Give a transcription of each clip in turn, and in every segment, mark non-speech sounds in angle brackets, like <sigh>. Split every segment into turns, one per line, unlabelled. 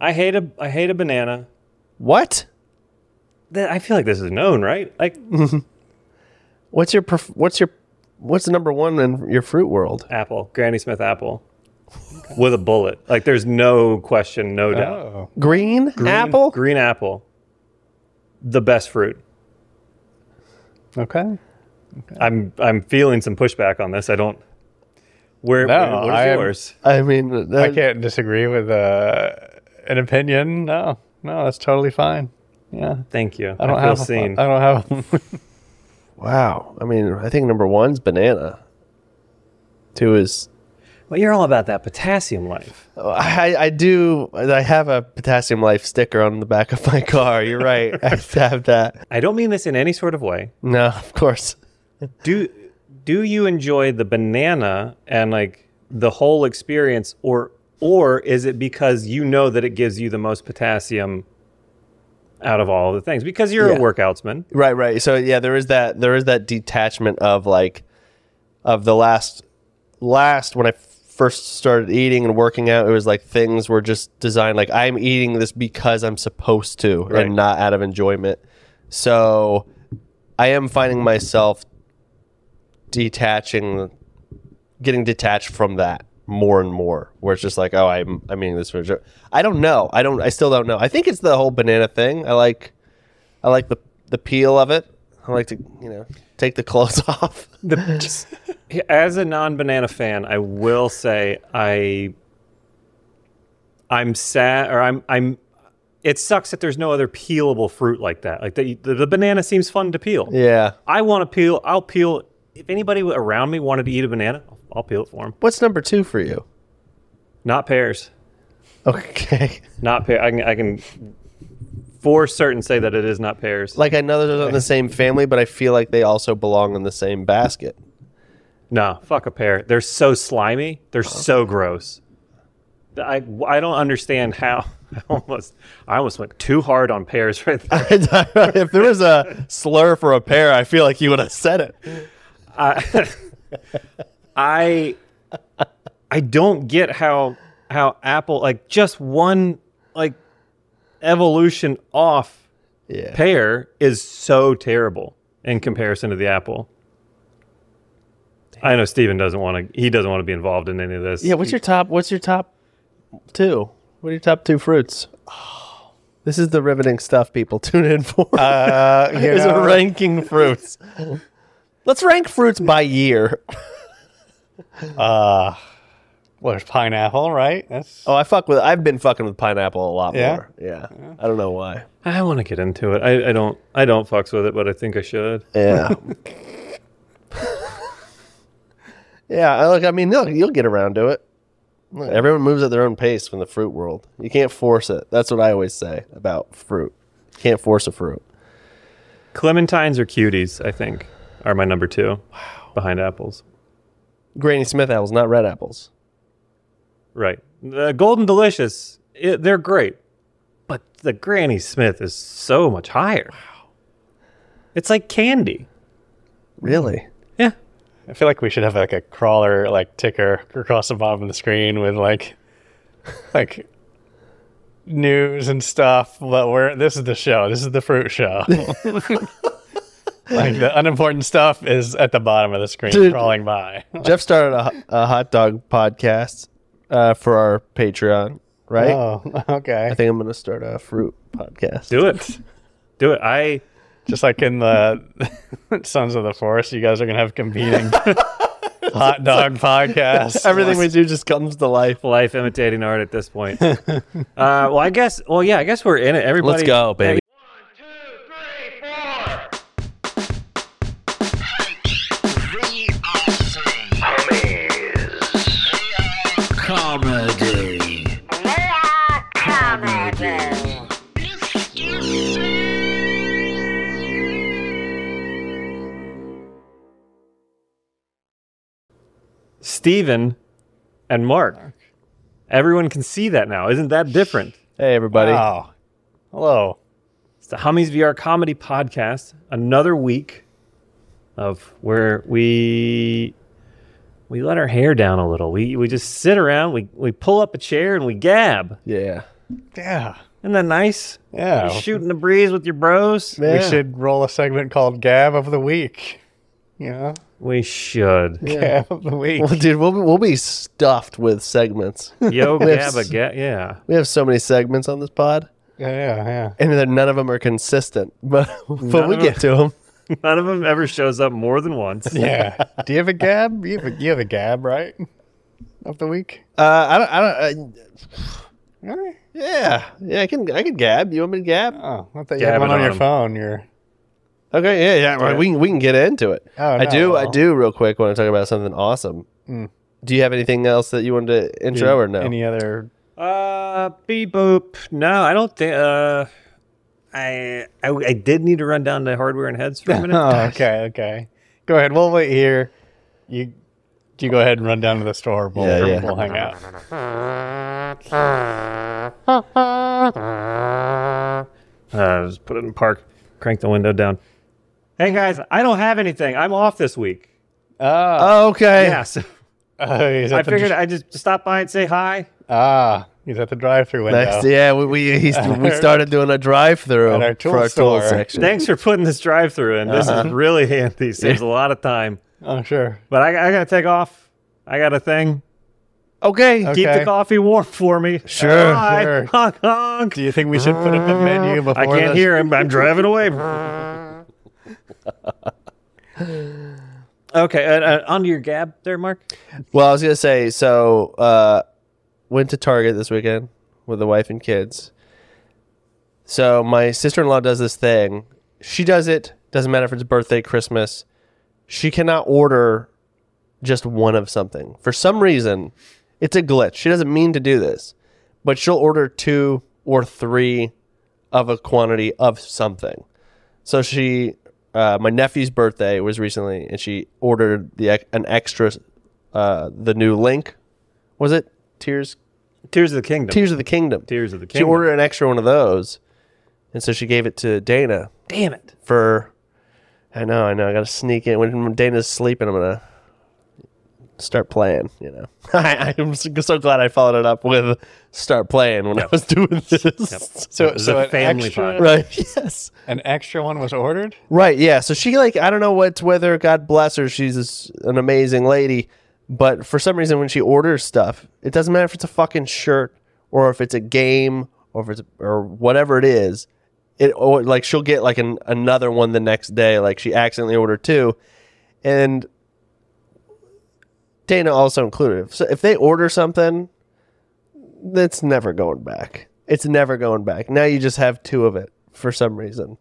I hate a I hate a banana.
What?
Th- I feel like this is known, right? Like
<laughs>
What's your pref- what's your what's the number one in your fruit world?
apple, Granny Smith apple, with a bullet. Like there's no question, no doubt.
Oh.
Green, apple.
green apple, the best fruit.
Okay.
I'm I'm feeling some pushback on this. I don't. Where,
No,
where- what is
I am-
yours?
I mean, that,
I can't disagree with uh, an opinion. No, no, that's totally fine. Yeah,
Thank you.
I don't
feel
have.
seen.
I don't have.
Wow. I mean, I think number one's banana. Two is
well, you're all about that potassium life.
I, I do I have a potassium life sticker on the back of my car. You're right. <laughs> I have to have that.
I don't mean this in any sort of way.
No, of course.
do do you enjoy the banana and like the whole experience or or is it because you know that it gives you the most potassium out of all the things because you're
Yeah.
a workoutsman
Right, right. So yeah, there is that there is that detachment of like of the last last when I first started eating and working out, it was like things were just designed like I'm eating this because I'm supposed to
Right.
and not out of enjoyment. So I am finding myself detaching getting detached from that more and more where it's just like oh i'm i'm eating this for a joke i don't know i don't i still don't know i think it's the whole banana thing i like i like the the peel of it i like to you know take the clothes <laughs> off
<laughs> as a non-banana fan i will say i i'm sad or i'm i'm it sucks that there's no other peelable fruit like that like the, the, the banana seems fun to peel
yeah
i want to peel i'll peel if anybody around me wanted to eat a banana i'll, I'll peel it for them
what's number two for you
not pears
okay
Not pear. I can, I can for certain say that it is not pears.
<laughs> like i know they're not in the same family but i feel like they also belong in the same basket
no, fuck a pear. They're so slimy. They're so gross. I, I don't understand how. <laughs> I almost I almost went too hard on pears right there.
<laughs> if there was a slur for a pair i feel like you would have said it
I I don't get how how Apple like just one like evolution off
yeah
pear is so terrible in comparison to the apple. I know Steven doesn't want to. He doesn't want to be involved in any of this.
Yeah, what's your top? What's your top two? What are your top two fruits? <sighs> This is the riveting stuff people <laughs> tune in for.
<laughs> uh, you
is
know,
ranking fruits. <laughs> Let's rank fruits by year.
well, there's pineapple, right? That's
Oh, I fuck with. I've been fucking with pineapple a lot
Yeah?
more. Yeah, I don't know why.
I want to get into it. I, I don't. I don't fucks with it, but I think I should.
Yeah. <laughs> yeah, I look. I mean, look, you'll get around to it. Look, everyone moves at their own pace in the fruit world. You can't force it. That's what I always say about fruit. Can't force a fruit.
Clementines or cuties, I think, are my number two behind apples.
Granny Smith apples, not red apples.
Right. The golden delicious. It, they're great, but the Granny Smith is so much higher. It's like candy.
Really?
Yeah.
I feel like we should have like a crawler like ticker across the bottom of the screen with like like news and stuff. But we're this is the show. This is the fruit <laughs> show. like the unimportant stuff is at the bottom of the screen
Dude.
crawling by.
Jeff started a, a hot dog podcast uh, for our Patreon, right?
Oh, <laughs> okay.
I think I'm going to start a fruit podcast.
Do it. Do it. I.
Just like in the <laughs> Sons of the Forest, you guys are gonna
<laughs>
have competing hot dog podcasts.
Everything we do just comes to life.
life imitating art at this point. uh, well, I guess. Well, yeah, I guess we're in it. Everybody,
Let's go, baby.
They are saying comedy. They are comedy.
Steven and Mark. Everyone can see that now. Isn't that different?
Hey, everybody.
Oh. Hello.
It's the Hummies VR Comedy Podcast. Another week of where we we let our hair down a little. We we just sit around. We we pull up a chair and we gab.
Yeah.
Yeah.
Isn't that nice?
Yeah.
You're shooting the breeze with your bros.
We should roll a segment called Gab of the Week. You know?
We should.
Gab of the Week.
<laughs> Well, dude, we'll be, we'll be stuffed with segments.
Yo
Whiffs.
Gabba Ga- yeah.
<laughs> we have so many segments on this pod,
Yeah, yeah, yeah.
and then none of them are consistent. <laughs> But but we
of
get to them.
None of them ever shows up more than once.
<laughs> Yeah. Do you have a Gab? You have a, you have a Gab, right? Of the Week?
Uh, I don't. I don't. I,
Really?
yeah, yeah. I can. I can gab. You want me to gab?
Oh, I thought you had
Gabbing
one on, your
on.
phone. You're
Okay. Yeah. Yeah. right, We can. We can get into it.
Oh,
I do.
no.
I do. Real quick, want to talk about something awesome. Do you have anything else that you wanted to intro or no?
Any other?
Uh, beep boop. No, I don't think. Uh, I, I I did need to run down to hardware and heads for a minute.
<laughs> Oh,
<laughs>
okay, okay. Go ahead. We'll wait here. You, you go ahead and run down to the store. We'll,
Yeah, yeah.
we'll hang out.
Uh, just put it in park. Crank the window down. Hey guys, I don't have anything. I'm off this week.
Oh,
Oh, okay.
Yeah, so
oh, <laughs> he's at
I
the
figured I just stop by and say hi.
ah, he's at the drive-through window.
Next, yeah, we we, <laughs> he's, we started doing a drive-through
At our tool
for our tool
store.
section.
Thanks for putting this drive-through in. This
Uh-huh.
is really handy. Saves a lot of time.
Oh, sure.
But I, I gotta take off. I got a thing.
Okay,
Okay.
Keep the coffee warm for me.
Sure,
Hi.
sure.
Honk honk.
Do you think we should put up a menu before?
Uh, I can't
this?
hear him. I'm driving
<laughs>
away. okay, uh, uh, onto your gab there, Mark.
Well, I was gonna say, so uh, went to Target this weekend with the wife and kids. So my sister in law does this thing. She does it. Doesn't matter if it's birthday, Christmas. She cannot order just one of something for some reason. It's a glitch. She doesn't mean to do this, but she'll order two or three of a quantity of something. So she, uh, my nephew's birthday was recently, and she ordered the ex- an extra, uh, the new Link, was it Tears
Tears of the Kingdom.
Tears of the Kingdom?
Tears of the
She
Kingdom.
ordered an extra one of those, and so she gave it to Dana
Damn it.
for. I know, I know. I gotta sneak in when when Dana's sleeping. I'm gonna start playing. You know, <laughs> I, I'm so glad I followed it up with start playing when I was doing this. <laughs>
So,
was
so
a
an
family
extra,
pod.
Right? Yes.
<laughs> an extra one was ordered.
Right, yeah. So she like I don't know what's whether God bless her, she's this- an amazing lady, but for some reason when she orders stuff, it doesn't matter if it's a fucking shirt or if it's a game or if it's or whatever it is, it or like she'll get like an, another one the next day. Like she accidentally ordered two, and Dana also included. So if they order something, that's never going back. It's never going back. Now you just have two of it for some reason.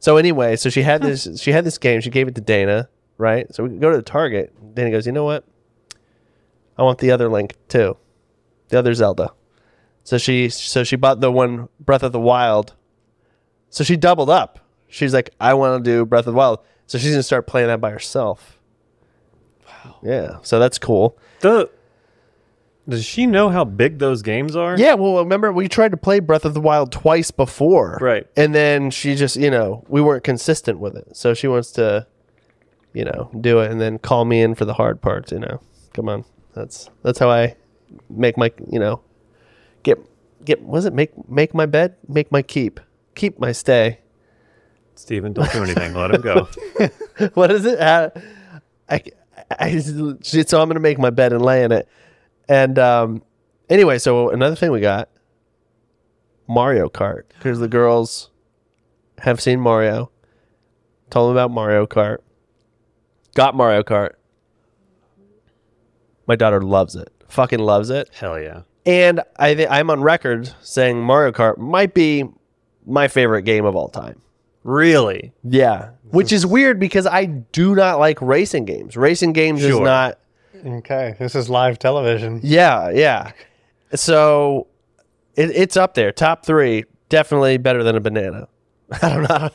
So anyway, so she had this she had this game, she gave it to Dana, right? So we go to the Target. Dana goes, "You know what? I want the other link too. The other Zelda." So she so she bought the one Breath of the Wild. So she doubled up. She's like, "I want to do Breath of the Wild." So she's going to start playing that by herself. Wow. Yeah. So that's cool.
The, does she know how big those games are?
Yeah, well, remember we tried to play Breath of the Wild twice before,
Right.
And then she just, you know, we weren't consistent with it, so she wants to, you know, do it and then call me in for the hard part. You know, come on, that's that's how I make my, you know, get get was it make make my bed, make my keep, keep my stay.
Steven, don't do anything. Let him
<laughs>
go.
what is it? Uh, I, I, she- so I'm gonna make my bed and lay in it. And um, anyway, so another thing we got Mario Kart because the girls have seen Mario, told them about Mario Kart, got Mario Kart. My daughter loves it, fucking loves it.
Hell yeah.
And I th- I'm on record saying Mario Kart might be my favorite game of all time.
Really?
Yeah, which is weird because I do not like racing games. Racing games is
Sure.
not.
Okay, this is live television.
Yeah, yeah. So it, it's up there, top three. Definitely better than a banana. <laughs> I don't know.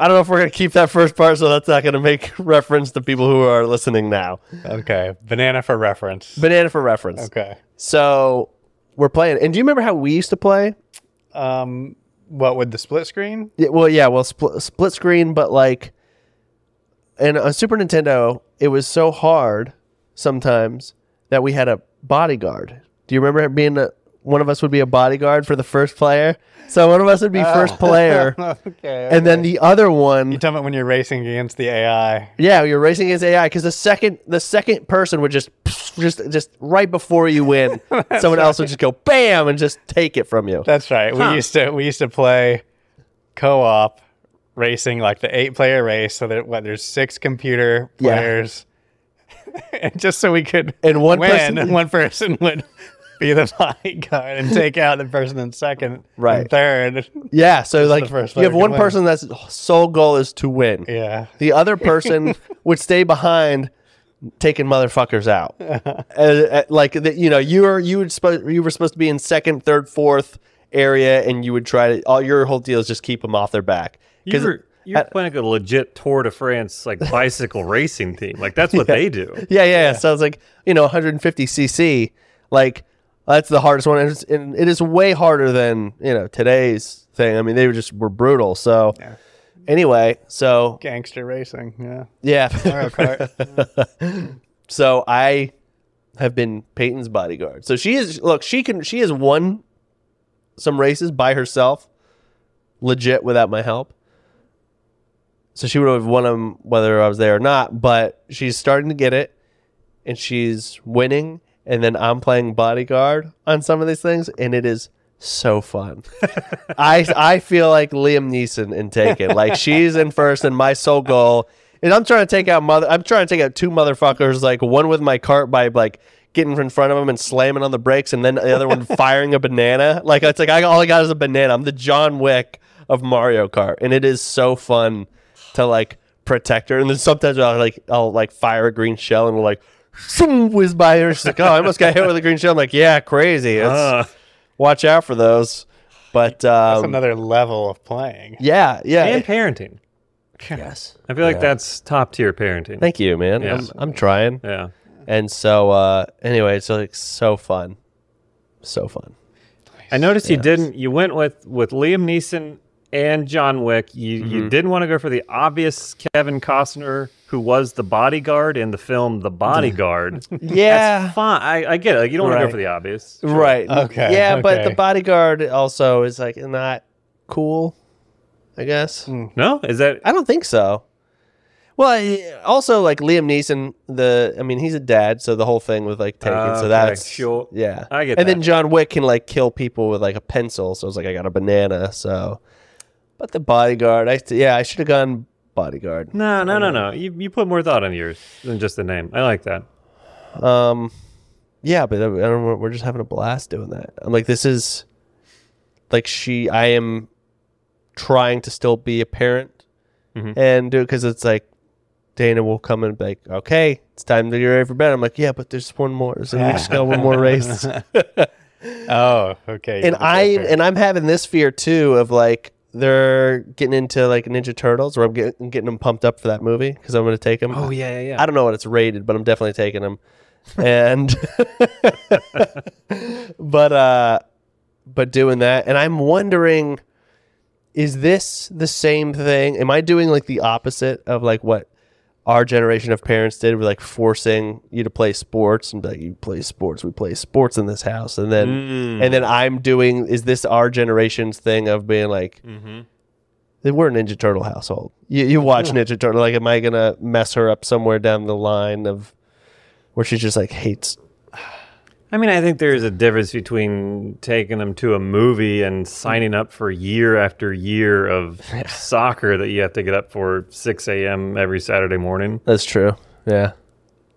I don't know if we're gonna keep that first part, so that's not gonna make <laughs> reference to people who are listening now.
Okay, banana for reference.
Banana for reference.
okay.
So we're playing, and do you remember how we used to play?
Um, what with the split screen?
Yeah, well, yeah, well, split, split screen, but like, and on Super Nintendo, it was so hard sometimes that we had a bodyguard. Do you remember it being a, one of us would be a bodyguard for the first player. So one of us would be first
<laughs>
player,
Oh. okay.
and then the other one.
you tell me when you're racing against the AI.
Yeah, you're racing against AI because the second the second person would just just just right before you
<laughs>
win, someone else would just go bam and just take it from you.
That's right. We used to we used to play co-op racing like the eight player race so that what there's six computer
Yeah.
players. <laughs> and just so we could
And one
win,
person-
<laughs> one person would be the <laughs> bodyguard and take out the person in second
Right.
and third.
Yeah, so like
the first
you have
player can
one
win.
person that's sole goal is to win.
Yeah.
The other person would stay behind taking motherfuckers out. Uh, uh, like that, you know, you were you would supposed you were supposed to be in second, third, fourth area, and you would try to. All your whole deal is just keep them off their back. 'Cause-
You're, you're
at-
playing like a legit Tour de France
<laughs>
like bicycle racing team. Like that's what they do.
yeah, yeah, yeah. So it's like you know, 150 cc. Like that's the hardest one, and, it's, and it is way harder than you know today's thing. I mean, they were just were brutal. So anyway, so
Gangster racing. Yeah.
yeah. <laughs>
Mario Kart.
So I have been Peyton's bodyguard. So she is look, she can she has won some races by herself, legit without my help. So she would have won them whether I was there or not, but she's starting to get it and she's winning and then I'm playing bodyguard on some of these things and it is so fun. <laughs> I I feel like Liam Neeson in Taken. Like she's in first, and my sole goal. And I'm trying to take out mother. I'm trying to take out two motherfuckers. Like one with my cart by like getting in front of them and slamming on the brakes, and then the other one firing a banana. Like it's like I, all I got is a banana. I'm the John Wick of Mario Kart, and it is so fun to like protect her. And then sometimes I'll like I'll like fire a green shell, and we'll like. Whiz by her. She's like, "Oh, I almost got hit with a green shell." I'm like, "Yeah, crazy. It's,
Uh,
watch out for those." But um,
That's another level of playing.
yeah, yeah.
and parenting.
yes.
I feel like that's top tier parenting.
Thank you, man.
Yeah.
I'm, I'm trying.
yeah.
And so, uh, anyway, it's like so fun, so fun.
I noticed you didn't. You went with with Liam Neeson and John Wick. You you didn't want to go for the obvious Kevin Costner, who was the bodyguard in the film The Bodyguard.
Yeah,
Fine, I, I get it. Like, you don't want to
Right.
go for the obvious.
right.
Okay,
Yeah, but the
okay.
bodyguard also is like not cool. I guess
No, is that
I don't think so. Well, I- also like Liam Neeson, the I mean, he's a dad, so the whole thing with like taking,
Ah,
so
okay,
that's
sure.
Yeah,
I get
And then
that.
John Wick can like kill people with like a pencil, so it's like I got a banana. So, but the bodyguard, I yeah, I should have gone bodyguard.
no, no, no, no? You you put more thought on yours than just the name. I like that.
Um, yeah, but I don't, we're- we're just having a blast doing that. I'm like, this is like she. I am trying to still be a parent and do it because it's like Dana will come and be like, okay, it's time to get ready for bed. I'm like, yeah, but there's one more. So we just got one more race.
Oh, okay.
and I and I'm having this fear too of like they're getting into like Ninja Turtles, or I'm getting getting them pumped up for that movie because I'm going to take them. Oh
yeah, yeah.
I don't know what it's rated, but I'm definitely taking them. And <laughs> but uh but doing that and I'm wondering is this the same thing? Am I doing like the opposite of like what our generation of parents did with like forcing you to play sports and be like you play sports, we play sports in this house and then and then I'm doing is this our generation's thing of being like they we're a Ninja Turtle household. You, you watch Ninja Turtle. Like, am I gonna mess her up somewhere down the line of where she just like hates?
I mean, I think there is a difference between taking them to a movie and signing up for year after year of soccer that you have to get up for 6 a.m. every Saturday morning.
That's true. Yeah.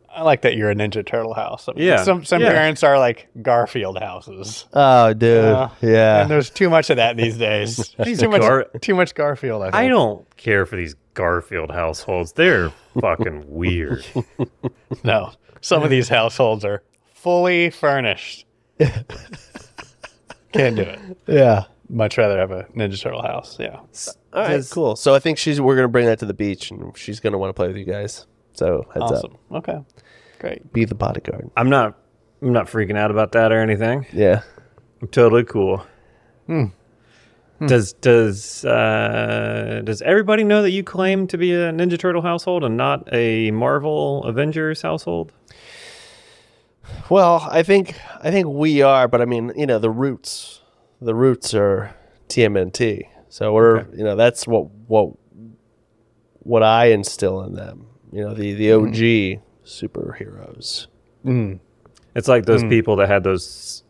I like that you're a Ninja Turtle house. I mean,
Yeah,
Some some
yeah.
parents are like Garfield houses.
Oh, dude.
Uh,
yeah.
And there's too much of that these
<laughs>
days. too much
Gar-
too much Garfield. I, think.
I don't care for these Garfield households. <laughs> They're fucking weird.
know. Some of these households are
<laughs>
fully furnished. Can't do it.
yeah.
Much rather have a Ninja Turtle house. Yeah.
All right.
Does-
Cool. So I think she's we're gonna bring that to the beach, and she's gonna want to play with you guys. So heads
Awesome.
up.
Okay. Great.
Be the bodyguard.
<laughs> I'm not I'm not freaking out about that or anything.
Yeah.
I'm totally cool. Hmm. Does does uh, does everybody know that you claim to be a Ninja Turtle household and not a Marvel Avengers household?
Well, I think I think we are, but I mean, you know, the roots, the roots are TMNT. So we're, you know, that's what what what I instill in them. You know, the the OG superheroes.
It's like those people that had those.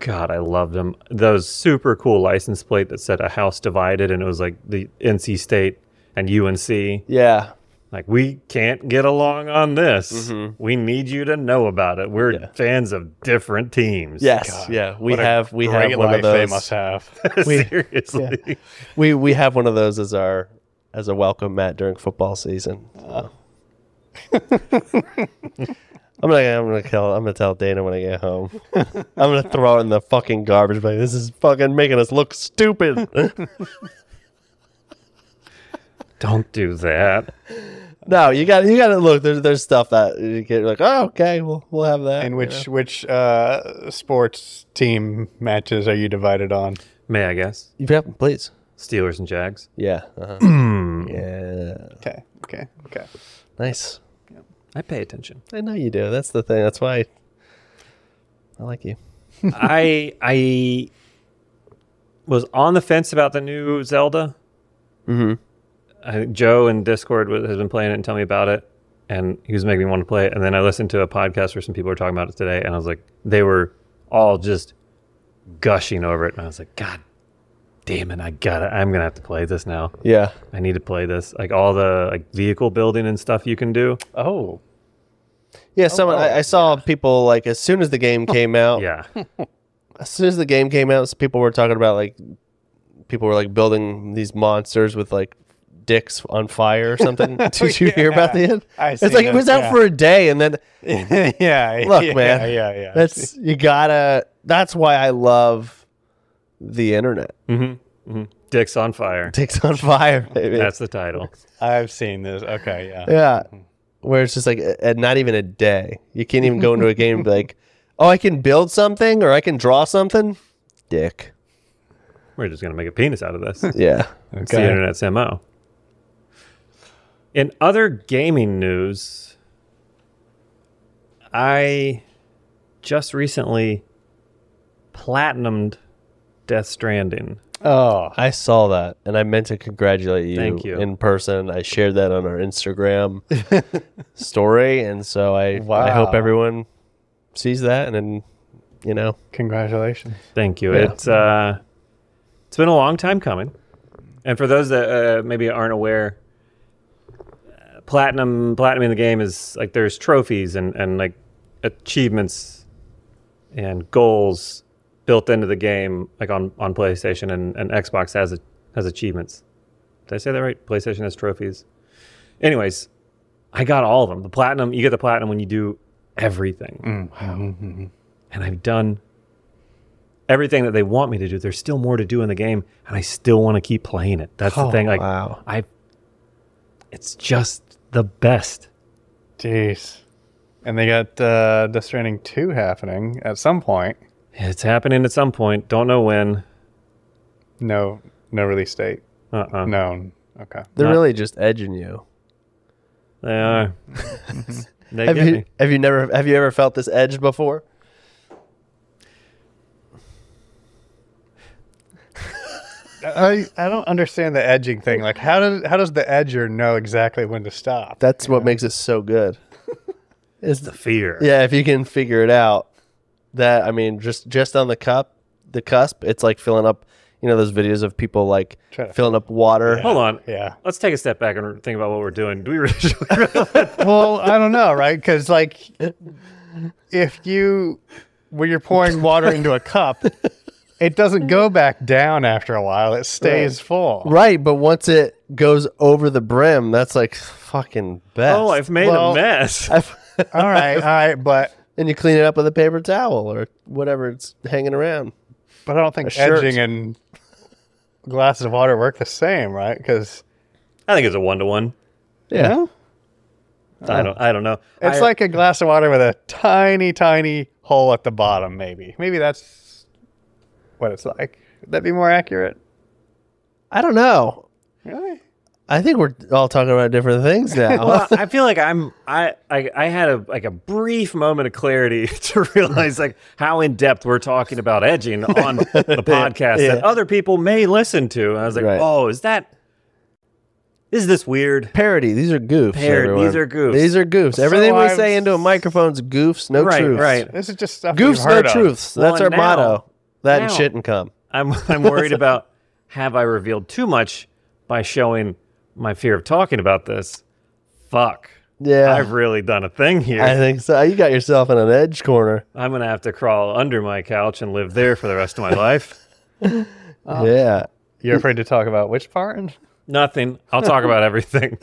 God, I loved them. Those super cool license plate that said "A House Divided" and it was like the NC State and UNC.
Yeah,
Like we can't get along on this. We need you to know about it. We're
Yeah.
fans of different teams. <laughs>
Yes, yeah. We
What a
have we
great
have one
life
of those.
They must have.
<laughs>
seriously.
We we have one of those as our as a welcome mat during football season. Uh, <laughs> I'm gonna I'm gonna kill I'm gonna tell Dana when I get home. <laughs> I'm gonna throw it in the fucking garbage bag. This is fucking making us look stupid. <laughs>
Don't do that.
no, you got you got to look. There's there's stuff that you get like oh okay we'll we'll have that.
And which which uh, sports team matches are you divided on?
May I guess?
you know. yeah, please
Steelers and Jags.
yeah uh-huh. yeah
Okay, okay, okay. <laughs>
nice.
I pay attention.
I know you do. That's the thing. That's why I like you.
I I was on the fence about the new Zelda. Mm-hmm. I think Joe in Discord wa- has been playing it and telling me about it, and he was making me want to play it. And then I listened to a podcast where some people were talking about it today, and I was like, they were all just gushing over it, and I was like, God damn it, I got it. I'm gonna have to play this now.
Yeah.
I need to play this. Like all the like vehicle building and stuff you can do.
Oh,
Yeah, someone I, I saw people like as soon as the
<laughs>
game came out.
Yeah,
As soon as the game came out, s- people were talking about like people were like building these monsters with like dicks on fire or
<laughs>
something. Did you hear about the end?
I
it's
seen
like it
it,
was out
yeah.
for a day and then
yeah.
look,
yeah,
man.
Yeah, yeah.
That's you gotta that's why I love the internet.
Mm.
dicks on fire.
Dicks on
<laughs>
fire, baby.
That's the title.
I've seen this. Okay, yeah.
Yeah.
Mm.
Where it's just like a, a- not even a day. You can't even go into a
<laughs>
game and be like, oh, I can build something or I can draw something. Dick.
We're just gonna make a penis out of this.
Yeah.
It's the internet's MO. In other gaming news, I just recently platinumed Death Stranding.
Oh,
I saw that and I meant to congratulate you,
Thank you.
in person. I shared that on our <laughs> Instagram story. And so I, I hope
Wow.
everyone sees that and then, you know,
congratulations.
Thank you.
Yeah.
It's uh, it's been a long time coming, and for those that uh, maybe aren't aware, uh, platinum platinum in the game is like there's trophies and and like achievements and goals built into the game, like on on PlayStation and, and Xbox has a, has achievements. Did I say that right? PlayStation has trophies. Anyways, I got all of them. The platinum, you get the platinum when you do everything and I've done everything that they want me to do. There's still more to do in the game, and I still want to keep playing it. That's the
Oh,
thing. Like
wow.
I, it's just the best.
Jeez. And they got uh, Death Stranding 2 happening at some point.
It's happening at some point. Don't know when.
No, no release date.
Uh-uh.
Known. Okay.
they're
Not-
really just edging you.
They are. they
Have
get
you,
me.
have you never, have you ever felt this edged before?
I, I don't understand the edging thing. Like, how does how does the edger know exactly when to stop?
That's what makes it so <laughs> good. Is
The fear.
<laughs> Yeah, if you can figure it out, that I mean, just just on the cup, the cusp, it's like filling up. You know those videos of people like
Try to-
filling up water.
Hold on.
yeah.
Let's take a step back and think about what we're doing. Do we really? <laughs>
well, I don't know, right? Because like, if you when you're pouring water into a cup, it doesn't go back down after a while. It stays full.
Right, but once it goes over the brim, that's like fucking best.
oh, I've made a
Well-
mess.
<laughs> I've- <laughs>
All right, all right, but
and you clean it up with a paper towel or whatever it's hanging around.
but I don't think
shirt.
edging and glasses of water work the same, right? Because
I think it's a one to one.
Yeah, Uh-huh.
I don't. I don't know.
it's
I-
like a glass of water with a tiny, tiny hole at the bottom. Maybe, maybe that's what it's like. Would that be more accurate?
I don't know.
Really?
I think we're all talking about different things
<laughs> <laughs>
now.
Well, I feel like I'm I, I I had a like a brief moment of clarity <laughs> to realize like how in depth we're talking about edging
<laughs>
on the podcast that
Yeah.
other people may listen to. And I was like,
Right.
oh, is that is this weird?
<laughs> Parody. These are goofs.
Parody,
everyone.
these are goofs.
These are goofs. Everything we
I've-
say into a microphone's goofs, no
right,
truths.
right.
This is just stuff we've
Goofs, no
heard of.
truths.
Well,
That's our
and now-
motto. That and
now-
shit and come.
I'm I'm
<laughs>
worried about have I revealed too much by showing my fear of talking about this? Fuck.
Yeah.
I've really done a thing here.
I think so. You got yourself in an edge corner.
I'm gonna have to crawl under my couch and live there for the rest of my life.
<laughs>
Uh-huh.
Yeah.
You're afraid to talk about which part?
Nothing. I'll talk about
<laughs>
everything.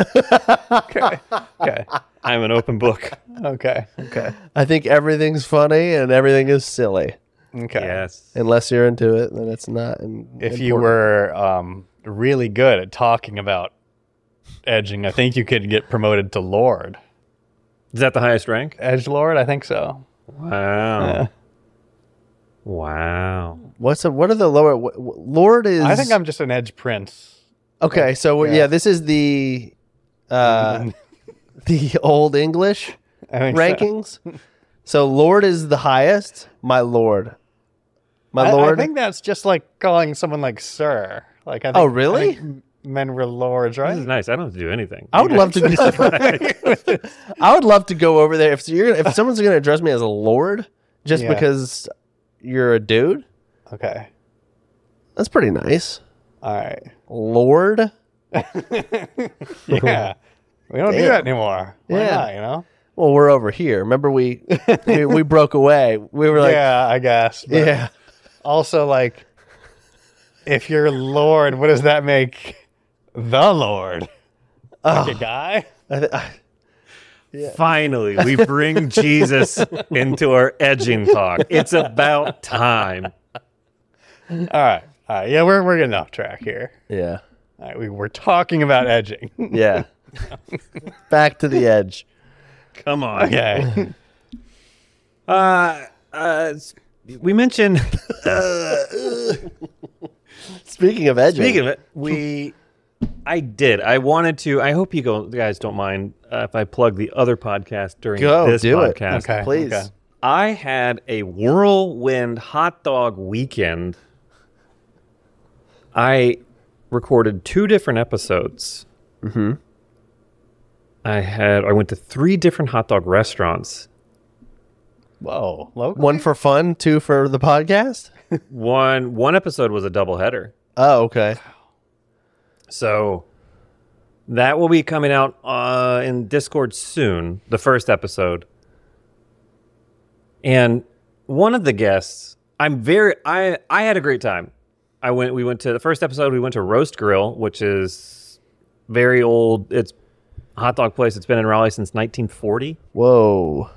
Okay. Okay.
I'm an open book.
Okay. Okay.
I think everything's funny and everything is silly.
Okay.
Yes.
Unless you're into it, then it's not. im-
If you
important.
were um, really good at talking about edging, I think you could get promoted to Lord.
Is that the highest rank?
Edge Lord? I think so.
Wow. Wow.
what's the, what are the lower? wh- wh- Lord is.
I think I'm just an Edge Prince.
Okay, so we're- yeah. this is the
<laughs>
uh, the old English
I think so.
rankings. So Lord is the highest. My Lord, my
I, I
Lord.
think that's just like calling someone like Sir. Like I think,
Oh, really?
I think men were lords,
This is
right?
nice. I don't have to do anything.
I would love <laughs> to. I would love to go over there if you're if someone's going to address me as a Lord just
Yeah.
because you're a dude.
Okay.
That's pretty nice, <laughs>
All right.
Lord.
Yeah. <laughs> We don't do
Damn.
that anymore. Why
Yeah.
not, you know?
Well, we're over here. Remember <laughs> we we, we broke away. We were like, yeah,
yeah, I guess. but Also, like, if you're Lord, what does that make the Lord? Like a guy?
I th- I-
Finally,
<laughs>
we bring Jesus into our edging talk. It's about time.
All right. All right. Yeah, we're, we're getting off track here.
yeah,
All right. We were talking about
<laughs>
edging.
yeah. Back to the edge.
Come on.
Okay.
Uh, uh, s- we mentioned,
Speaking of edging,
speaking of it, we, <laughs> I did. I wanted to, I hope you go, guys don't mind uh, if I plug the other podcast during
Go,
this
do it.
podcast.
Okay.
please.
Okay.
I had a whirlwind hot dog weekend. I recorded two different episodes. Mm-hmm. I had I went to three different hot dog restaurants.
Whoa. Local?
One for fun, two for the podcast.
One one episode was a doubleheader.
Oh, okay.
So that will be coming out uh, in Discord soon, the first episode. And one of the guests, I'm very I I had a great time. I went we went to the first episode we went to Roast Grill, which is very old. It's a hot dog place. It's been in Raleigh since 1940.
Whoa,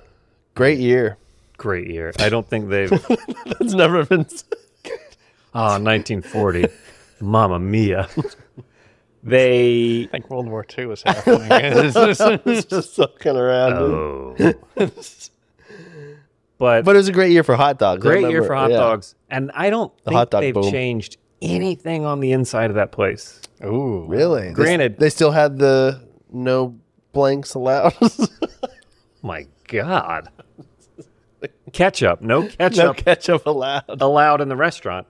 great year.
Great year. I don't think they've
<laughs> That's never been.
Ah, 1940. Mamma mia. They
I think World War II
<laughs>
was happening. It's just-
It's <laughs> just sucking around.
Oh. but,
But it was a great year for hot dogs. I
great year
remember,
for hot
yeah.
dogs. And I don't think
hot dog
they've
boom.
changed anything on the inside of that place.
Ooh.
Really? They-
Granted-
they, still had the no blanks allowed. <laughs>
My God. ketchup. No ketchup
no ketchup allowed.
allowed in the restaurant.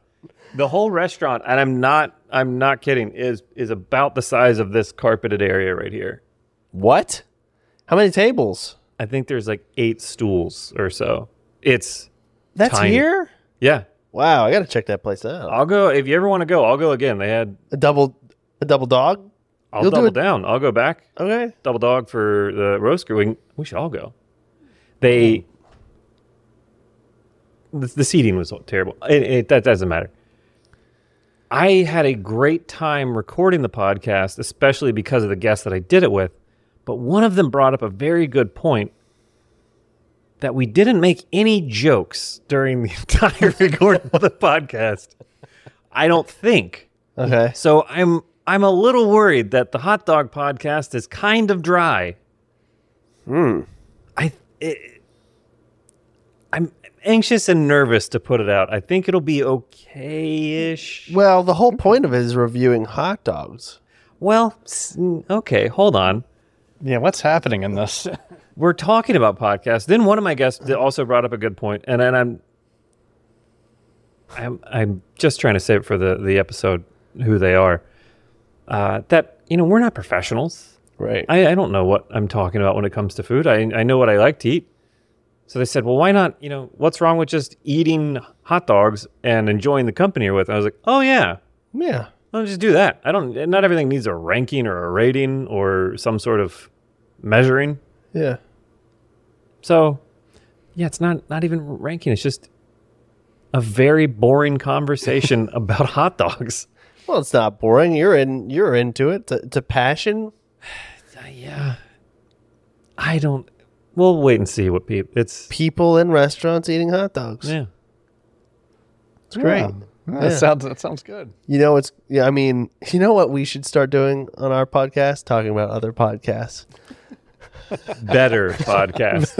The whole restaurant, and I'm not I'm not kidding, is is about the size of this carpeted area right here.
What? How many tables?
I think there's like eight stools or so. It's
That's
Tiny.
here.
yeah.
Wow, I gotta check that place out.
I'll go if you ever want to go, I'll go again. They had
A double, a double dog.
I'll
You'll do
double
it-
down. I'll go back.
Okay.
double dog for the roast grill. We, can- we should all go. They the, the seating was terrible. It, it- that doesn't matter. I had a great time recording the podcast, especially because of the guests that I did it with. But one of them brought up a very good point that we didn't make any jokes during the <laughs> entire recording of the podcast. I don't think.
Okay.
So I'm I'm a little worried that the hot dog podcast is kind of dry. Hmm. I it, I'm anxious and nervous to put it out. I think it'll be okay-ish.
Well, the whole point of it is reviewing hot dogs.
well, s- okay, hold on.
Yeah, what's happening in this?
We're talking about podcasts. Then one of my guests that also brought up a good point, and then I'm, I'm, I'm just trying to save it for the the episode who they are. Uh, that you know we're not professionals.
Right.
I, I don't know what I'm talking about when it comes to food. I, I know what I like to eat. So they said, well, why not? You know, what's wrong with just eating hot dogs and enjoying the company you're with? I was like, oh yeah,
yeah.
I'll just do that. I don't. Not everything needs a ranking or a rating or some sort of measuring.
Yeah.
So, yeah, it's not not even ranking. It's just a very boring conversation about hot dogs.
Well, it's not boring. You're in. You're into it. It's a, it's a passion.
Yeah, I don't. We'll wait and see what people. It's
People in restaurants eating hot dogs.
yeah.
It's great.
Yeah, That sounds that sounds good.
You know, it's. Yeah. I mean, you know what we should start doing on our podcast? Talking about other podcasts.
better podcast.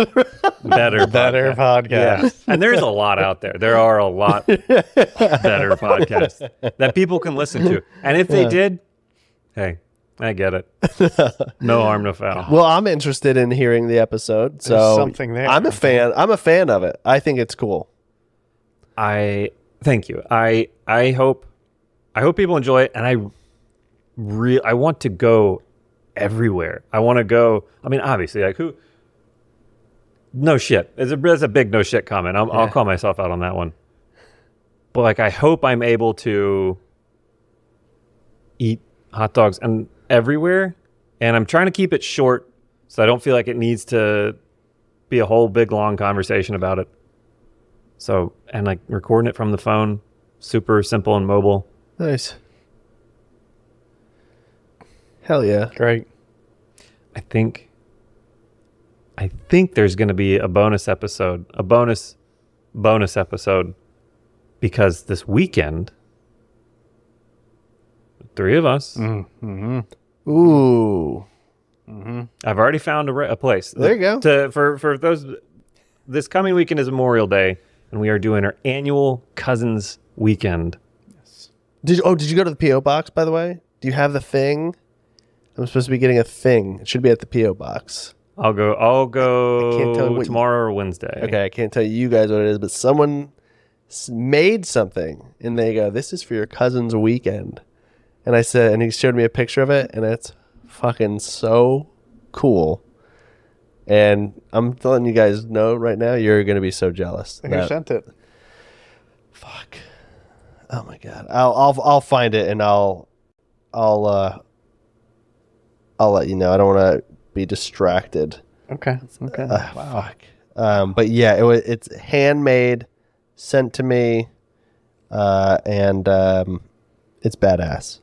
better,
Better
podcast.
podcast.
Yeah. And there's a lot out there. There are a lot better podcasts that people can listen to. And if they did, hey, I get it. No harm, no foul.
Well, I'm interested in hearing the episode. So
something there.
I'm a fan. I'm a fan of it. I think it's cool.
I thank you. I I hope I hope people enjoy it and I real I want to go everywhere. I want to go I mean obviously like who no shit. It's a that's a big no shit comment. I'm, I'll call myself out on that one. But like I hope I'm able to eat hot dogs and everywhere and I'm trying to keep it short so I don't feel like it needs to be a whole big long conversation about it. So and like recording it from the phone, super simple and mobile.
Nice. Hell yeah.
Great.
I think I think there's going to be a bonus episode, a bonus bonus episode because this weekend three of us
Mm-hmm. Ooh.
I've already found a, re- a place.
There you go.
To, for for those this coming weekend is Memorial Day and we are doing our annual cousins weekend.
Did oh did you go to the PO box by the way? Do you have the thing? I'm supposed to be getting a thing. It should be at the PO box.
I'll go I'll go
can't tell what you-
tomorrow or Wednesday.
Okay, I can't tell you guys what it is, but someone s- made something, and they go, "This is for your cousin's weekend." And I said, and he showed me a picture of it, and it's fucking so cool. And I'm letting you guys know right now, you're gonna be so jealous.
Who
that-
sent it?
Fuck. Oh my god. I'll I'll I'll find it and I'll I'll uh I'll let you know. I don't want to be distracted.
Okay. Okay.
Ah, Fuck. Um but yeah, it was it's handmade sent to me uh and um it's badass.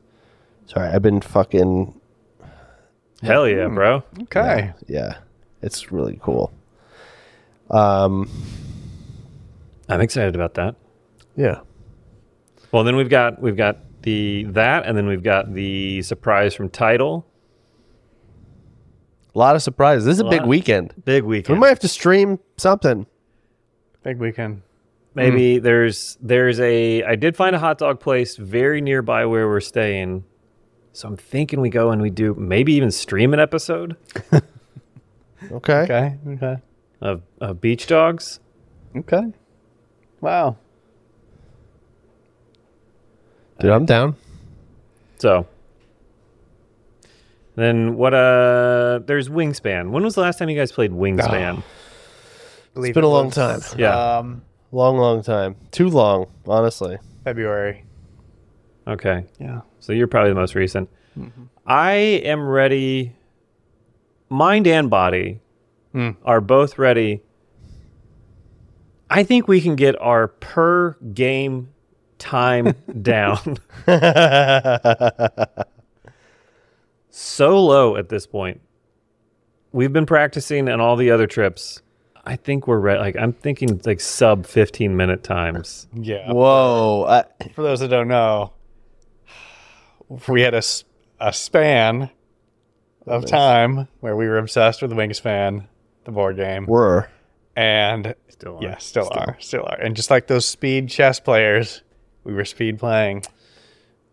Sorry, I've been fucking
Hell yeah,
Hmm.
bro.
okay.
yeah. It's really cool. Um
I'm excited about that.
yeah.
Well, then we've got we've got the that, and then we've got the surprise from Title.
A lot of surprises. This is a big
Lot.
weekend.
Big
We
weekend.
might have to stream something.
Big weekend.
Maybe there's there's a I did find a hot dog place very nearby where we're staying, so I'm thinking we go and we do maybe even stream an episode
Okay.
Okay. Okay.
of, of Beach Dogs.
Okay. Wow.
Dude, I'm down.
So then what? Uh, there's Wingspan. When was the last time you guys played Wingspan?
Believe
It's been
it
a long
was,
time.
Yeah.
Um,
Long, long time. Too long, honestly.
February.
Okay.
Yeah.
So you're probably the most recent. I am ready. Mind and body are both ready. I think we can get our per game time down so low at this point. We've been practicing and all the other trips. I think we're ready. Like I'm thinking like sub 15 minute times.
Yeah.
Whoa. I,
For those that don't know, we had a, s- a span of time where we were obsessed with Wingspan, the board game,
we're.
and
Still are.
yeah, still, are, still are, and just like those speed chess players, we were speed playing. <laughs>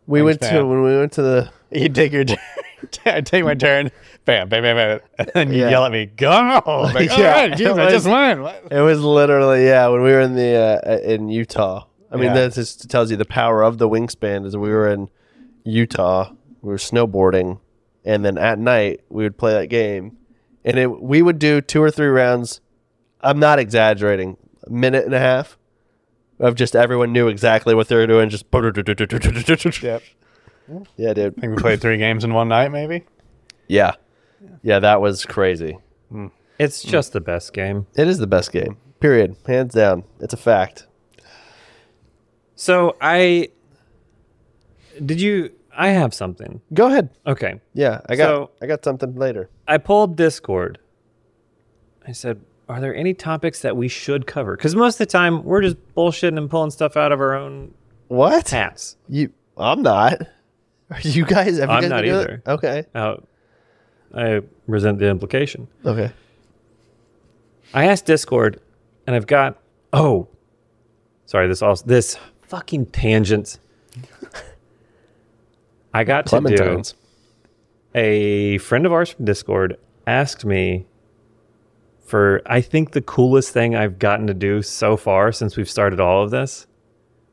We went
Wingspan.
to when we went to the <laughs>
You take your turn. <laughs> I take my turn. Bam, bam, bam, bam. And then you
Yeah.
yell at me, go. I'm
<laughs>
Like,
Yeah,
yeah, all right,
it
geez, I
was-
just won.
<laughs>
What?
It was literally yeah. When we were in the uh, in Utah, I mean
Yeah.
that just tells you the power of the wingspan. Is we were in Utah, we were snowboarding, and then at night we would play that game, and it we would do two or three rounds. I'm not exaggerating, a minute and a half of just everyone knew exactly what they were doing. Just <laughs>
Yep.
yeah, dude.
I think we played three games in one night, maybe.
Yeah, yeah, that was crazy.
It's just the best game.
It is the best game, period, hands down. It's a fact.
So I did you I have something.
Go ahead.
Okay.
Yeah, I got
So-
I got something later.
I pulled Discord. I said, "Are there any topics that we should cover?" Cuz most of the time we're just bullshitting and pulling stuff out of our own
What?
hats.
You? I'm not. Are you guys? Have you
I'm
guys
not
been doing
either.
it? Okay.
Uh, I resent the implication.
Okay.
I asked Discord, and I've got oh, sorry, this also this fucking tangent. I got
Clementines.
to do a friend of ours from Discord asked me for I think the coolest thing I've gotten to do so far since we've started all of this.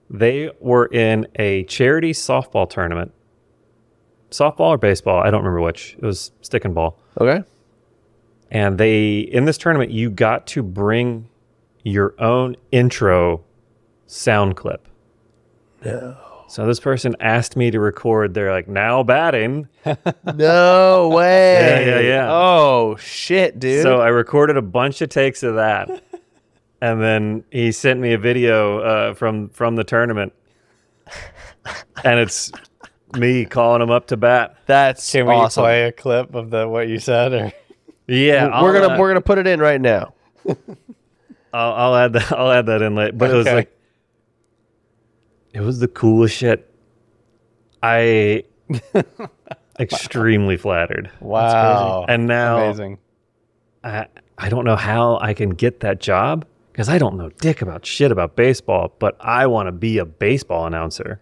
They were in a charity softball tournament. Softball or baseball, I don't remember which. It was stick and ball
<laughs>
Okay.
and they in this tournament you got to bring your own intro sound clip no so this person asked me to record they're like now batting
No way.
Yeah, yeah, yeah.
Oh shit, dude.
so i recorded a bunch of takes of that
<laughs>
and then he sent me a video uh, from from the tournament and it's me calling him up to bat
that's
Can we
awesome.
play a clip of the what you said?
<laughs>
Or
yeah I'll,
We're gonna
uh,
we're gonna put it in right now.
I'll, I'll add that. I'll add that in later. But it was
Okay.
like, it was the coolest shit. I
<laughs>
extremely flattered,
wow,
and now
amazing.
I, I don't know how I can get that job because I don't know dick about shit about baseball. But I want to be a baseball announcer.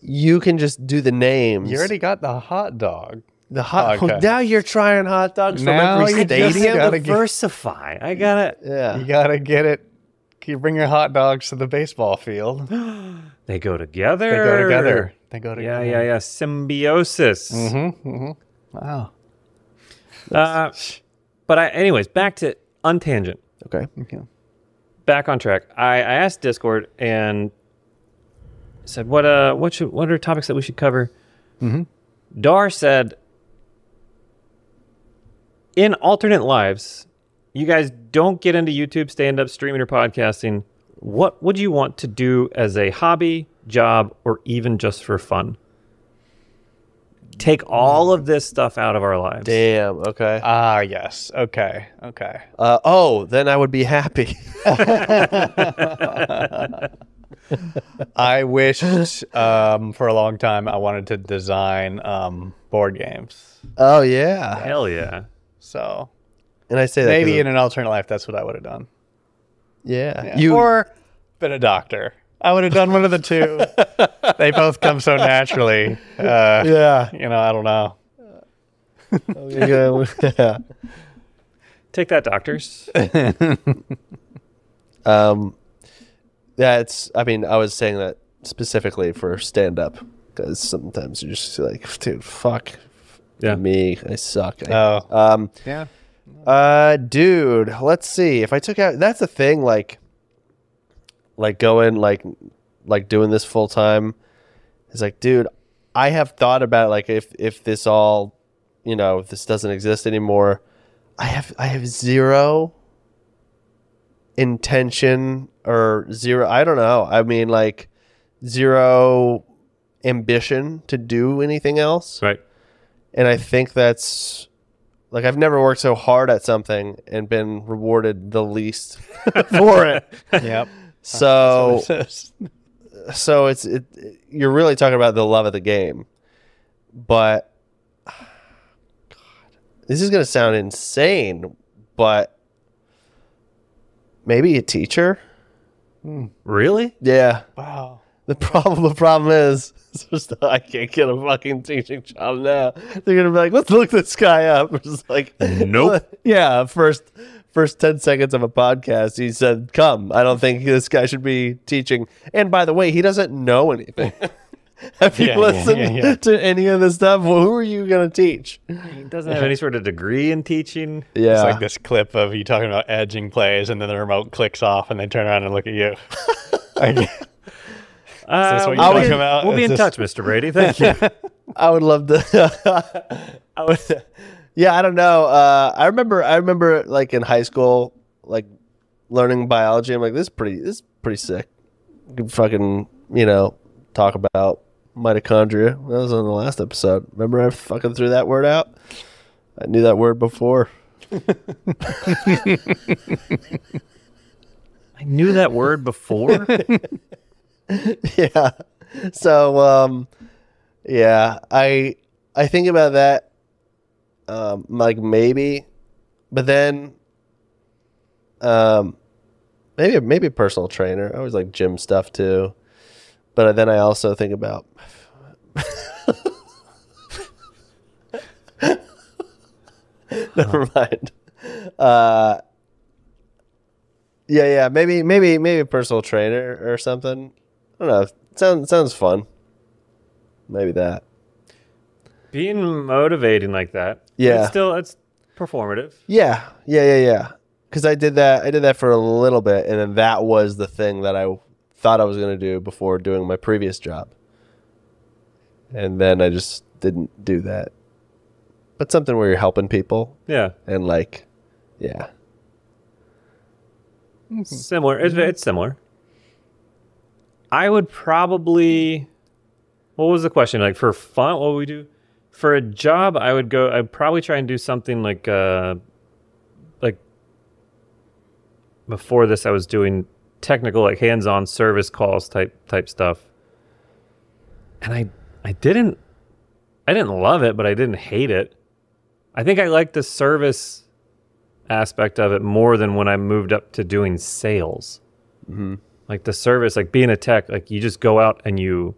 You can just do the names.
You already got the hot dog.
the hot.
Okay.
now you're trying hot dogs
Now
from every
you just
stadium.
gotta get-
Diversify. I gotta.
yeah.
You gotta get it. You bring your hot dogs to the baseball field. They
They go together.
go together. They go
Yeah,
together.
yeah, yeah. Symbiosis.
Wow.
Uh, but I, anyways, back to untangent.
Okay.
back on track. I, I asked Discord and said, "What uh, what should what are topics that we should cover?" Dar said, "In alternate lives, you guys don't get into YouTube, stand up, streaming, or podcasting. What would you want to do as a hobby, job, or even just for fun?" Take all of this stuff out of our lives.
Damn. Okay.
Ah, yes. Okay. Okay.
Uh, oh, then I would be happy.
I wished um, for a long time I wanted to design um, board games.
<laughs> oh yeah.
Hell yeah.
So
And I say that 'cause
maybe
of-
in an alternate life, that's what I would have done.
yeah.
Yeah.
You
or been a doctor. I would have done one of the <laughs> two. they both come so naturally. Uh,
yeah.
You know, I don't know.
<laughs> yeah.
Take that, doctors.
Um, that's. I mean, I was saying that specifically for stand up because sometimes you're just like, dude, fuck
Yeah.
me, I suck. I-
Oh,
um,
yeah.
uh, dude, let's see. If I took out, that's the thing. Like, like going, like, like doing this full time. It's like, dude, I have thought about like if if this all, you know, if this doesn't exist anymore, I have I have zero intention or zero. I don't know. I mean, like, zero ambition to do anything else
Right.
and I think that's like I've never worked so hard at something and been rewarded the least <laughs> for it.
<laughs> Yep.
So
That's what it
so it's it, you're really talking about the love of the game, but <sighs> God, this is gonna sound insane, but maybe a teacher.
Really?
Yeah,
wow.
The problem, the problem is, <laughs> it's just, I can't get a fucking teaching job now. They're gonna be like, let's look this guy up. <laughs> It's just like,
Nope.
<laughs> yeah, first, first ten seconds of a podcast, he said, "Come." I don't think this guy should be teaching. And by the way, he doesn't know
<laughs>
anything. <laughs> Have you
Yeah, yeah,
listened
yeah, yeah.
to any of this stuff? Well, who are you gonna teach?
He doesn't have any sort of degree in teaching.
Yeah,
It's like this clip of you talking about edging plays, and then the remote clicks off, and they turn around and look
<laughs>
at you. Like,
Uh,
this
we'll
what you're
be
talking
in-
about?
We'll be
Is
in
this-
touch, Mr. Brady. Thank <laughs> you.
I would love to. <laughs> I would. Yeah, I don't know. Uh, I remember. I remember like in high school, like learning biology. I'm like, this is pretty. This is pretty sick. You can fucking you know talk about mitochondria. That was on the last episode. Remember, I fucking threw that word out. I knew that word before.
I knew that word <laughs> before.
<laughs> yeah. So um yeah, I I think about that um like maybe but then um maybe maybe personal trainer. I always like gym stuff too. But then I also think about <laughs> Never mind. Uh yeah, yeah, maybe maybe maybe a personal trainer or something. I don't know. Sounds sounds fun. Maybe that.
Being motivating like that.
Yeah.
It's still, it's performative.
Yeah, yeah, yeah, yeah. Because I did that. I did that for a little bit, and then that was the thing that I thought I was gonna do before doing my previous job. And then I just didn't do that. But something where you're helping people
Yeah.
and like, yeah,
Similar. It's, it's similar. I would probably. What was the question? Like for fun, what would we do? For a job, I would go. I'd probably try and do something like, uh, like. Before this, I was doing technical, like hands-on service calls type type stuff, and I I didn't I didn't love it, but I didn't hate it. I think I liked the service aspect of it more than when I moved up to doing sales. Mm-hmm. Like the service, like being a tech, like you just go out and you,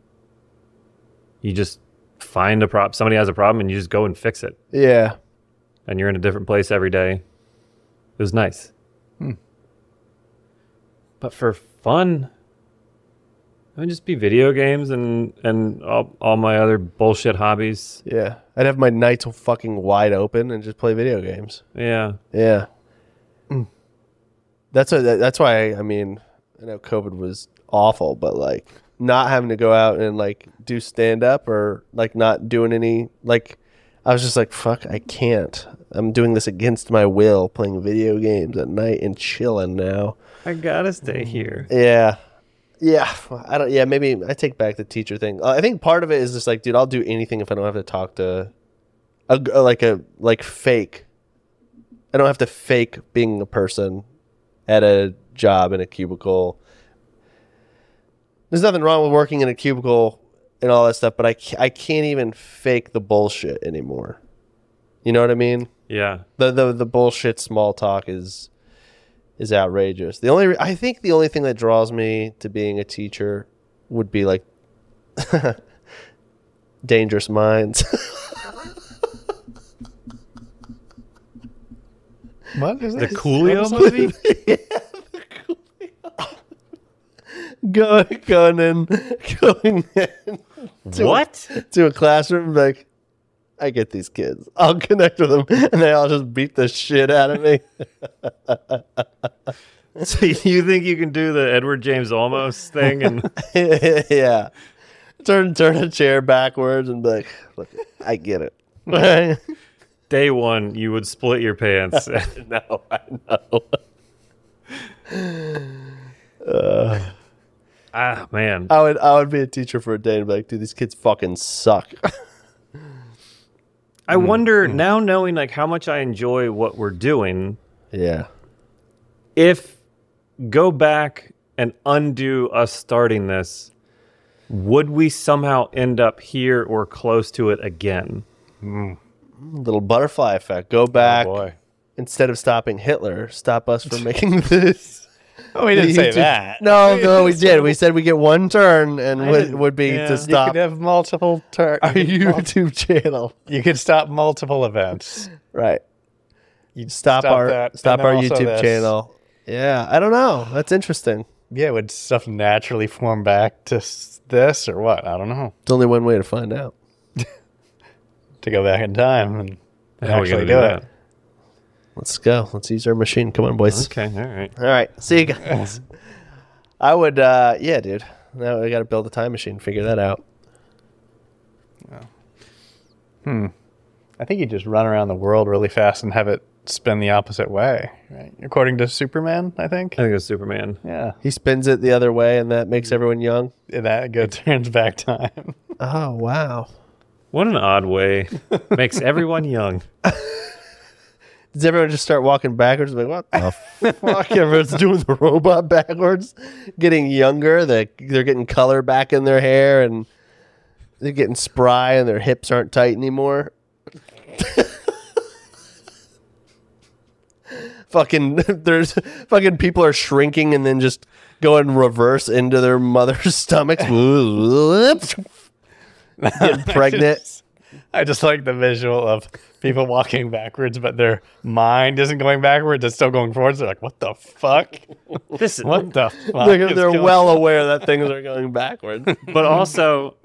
you just find a problem. Somebody has a problem and you just go and fix it.
yeah,
And you're in a different place every day. It was nice. Hmm. But for fun, I would just be video games and and all, all my other bullshit hobbies.
yeah. I'd have my nights fucking wide open and just play video games.
Yeah.
Yeah. That's what, that's why I mean, I know COVID was awful, but like not having to go out and like do stand up or like not doing any like I was just like fuck, I can't. I'm doing this against my will, playing video games at night and chilling now.
I gotta stay here.
Yeah. Yeah, I don't. Yeah, maybe I take back the teacher thing. Uh, I think part of it is just like, dude, I'll do anything if I don't have to talk to, a, g- like a like fake. I don't have to fake being a person at a job in a cubicle. There's nothing wrong with working in a cubicle and all that stuff, but I ca- I can't even fake the bullshit anymore. You know what I mean?
Yeah.
the the the bullshit small talk is is outrageous. The only I think the only thing that draws me to being a teacher would be like <laughs> dangerous minds. <laughs>
what is
The
this?
Coolio movie?
going going in going in
what?
to a classroom and be like I get these kids. I'll connect with them and they all just beat the shit out of me. <laughs>
<laughs> So you think you can do the Edward James Olmos thing <laughs> and
yeah. Turn turn a chair backwards and be like, look, I get it. <laughs>
day one you would split your <laughs> pants.
no, I know.
ah man.
I would I would be a teacher for a day and be like, dude, these kids fucking
<laughs>
suck.
I wonder now knowing like how much I enjoy what we're doing,
yeah.
if go back and undo us starting this, would we somehow end up here or close to it again?
Little butterfly effect. Go back.
Oh, boy. <laughs>
Instead of stopping Hitler, stop us from making this.
Oh, we
<laughs>
didn't
You
say
two-
that.
No,
<laughs>
no, we did. We said we get one turn, and would,
didn't-
would be
yeah.
to
You
You
stop
could have multiple <laughs> turns.
our <laughs> YouTube channel.
You could stop multiple events.
Right. You stop,
stop
our
that,
stop
and then
our
also
YouTube
this.
channel. Yeah, I don't know. That's interesting.
Yeah, would stuff naturally form back to s- this or what? I don't know.
It's only one way to find out.
To go back in time and
How are we
actually
gonna
do, it.
Let's go. Let's use our machine. Come on, boys.
Okay, all right.
All right. See you guys. <laughs> I would. uh Yeah, dude. Now I got to build a time machine. Figure that out.
I think you just run around the world really fast and have it spin the opposite way, right? According to Superman, I think.
I think it was Superman.
Yeah,
He spins it the other way, and that makes everyone young.
that good turns back <laughs> time.
Oh wow.
What an odd <laughs> way. Makes everyone young.
Does everyone just start walking backwards? Like what the fuck? Everyone's doing the robot backwards, getting younger. They they're getting color back in their hair, and they're getting spry, and their hips aren't tight anymore. <laughs> fucking, there's fucking people are shrinking and then just going reverse into their mother's <laughs> stomachs. Getting pregnant.
I just like the visual of people walking backwards, but their mind isn't going backwards; it's still going forwards. They're like, "What the fuck?
This is,
What <laughs> the <laughs> fuck?"
They're,
is
they're
going-"
well aware that things are going backwards.
but also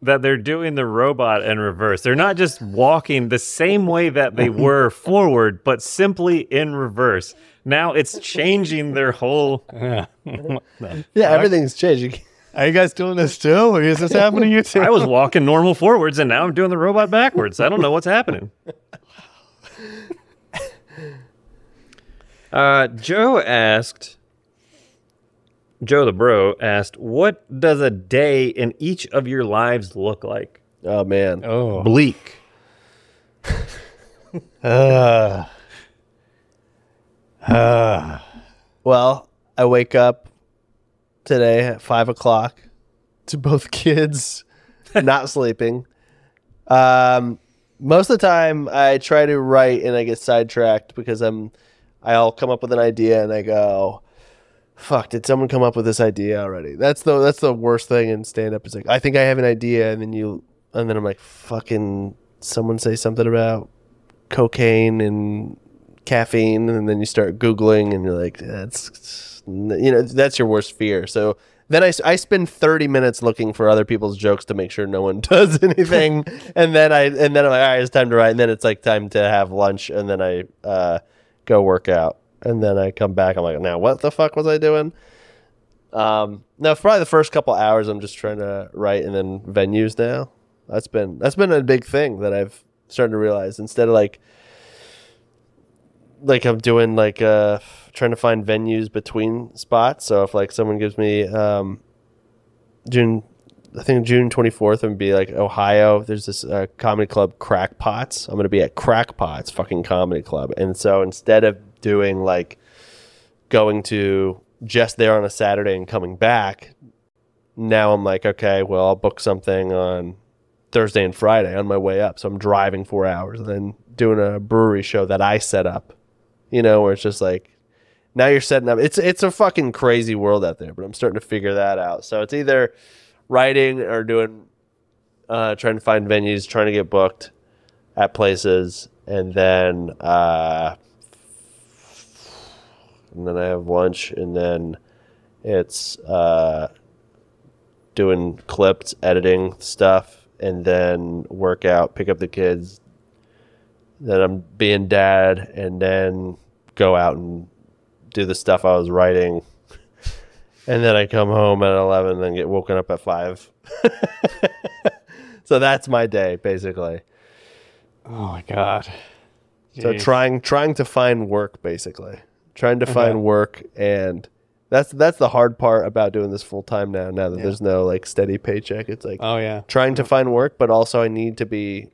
that they're doing the robot in reverse. They're not just walking the same way that <laughs> they were forward, but simply in reverse. Now it's changing their whole.
Yeah, everything's changing.
Are you guys doing this too, or is this happening to you too?
I was walking normal forwards, and now I'm doing the robot backwards. I don't know what's happening. <laughs> Uh, Joe asked, Joe the bro asked, what does a day in each of your lives look like?
Oh man.
oh,
Bleak.
<laughs> uh,
Well, I wake up today at five o'clock to both <laughs> kids not sleeping. Um, most of the time, I try to write and I get sidetracked because I'm. I'll come up with an idea and I go, "Fuck! Did someone come up with this idea already?" That's the that's the worst thing in stand up. Is like I think I have an idea and then you and then I'm like, "Fucking!" Someone say something about cocaine and caffeine and then you start googling and you're like that's you know that's your worst fear so then I, s- I spend 30 minutes looking for other people's jokes to make sure no one <laughs> does anything and then i and then i'm like all right it's time to write and then it's like time to have lunch and then i uh, go work out and then i come back i'm like now what the fuck was i doing um no for probably the first couple hours i'm just trying to write and then venues now that's been that's been a big thing that i've started to realize instead of like like I'm doing like uh trying to find venues between spots. So if like someone gives me um June I think June 24th and be like Ohio, there's this uh, comedy club Crackpots. I'm going to be at Crackpots fucking comedy club. And so instead of doing like going to just there on a Saturday and coming back, now I'm like okay, well I'll book something on Thursday and Friday on my way up. So I'm driving four hours and then doing a brewery show that I set up. You know, where it's just like now you're setting up it's it's a fucking crazy world out there, but I'm starting to figure that out. So it's either writing or doing uh trying to find venues, trying to get booked at places and then uh and then I have lunch and then it's uh doing clipped editing stuff and then work out pick up the kids then i'm being dad and then go out and do the stuff i was writing <laughs> and then i come home at 11 and then get woken up at 5 <laughs> so that's my day basically
<laughs> oh my god.
so
Jeez.
trying trying to find work basically trying to find work and that's that's the hard part about doing this full time now now that there's no like steady paycheck it's like
Oh yeah.
trying to find work, but also I need to be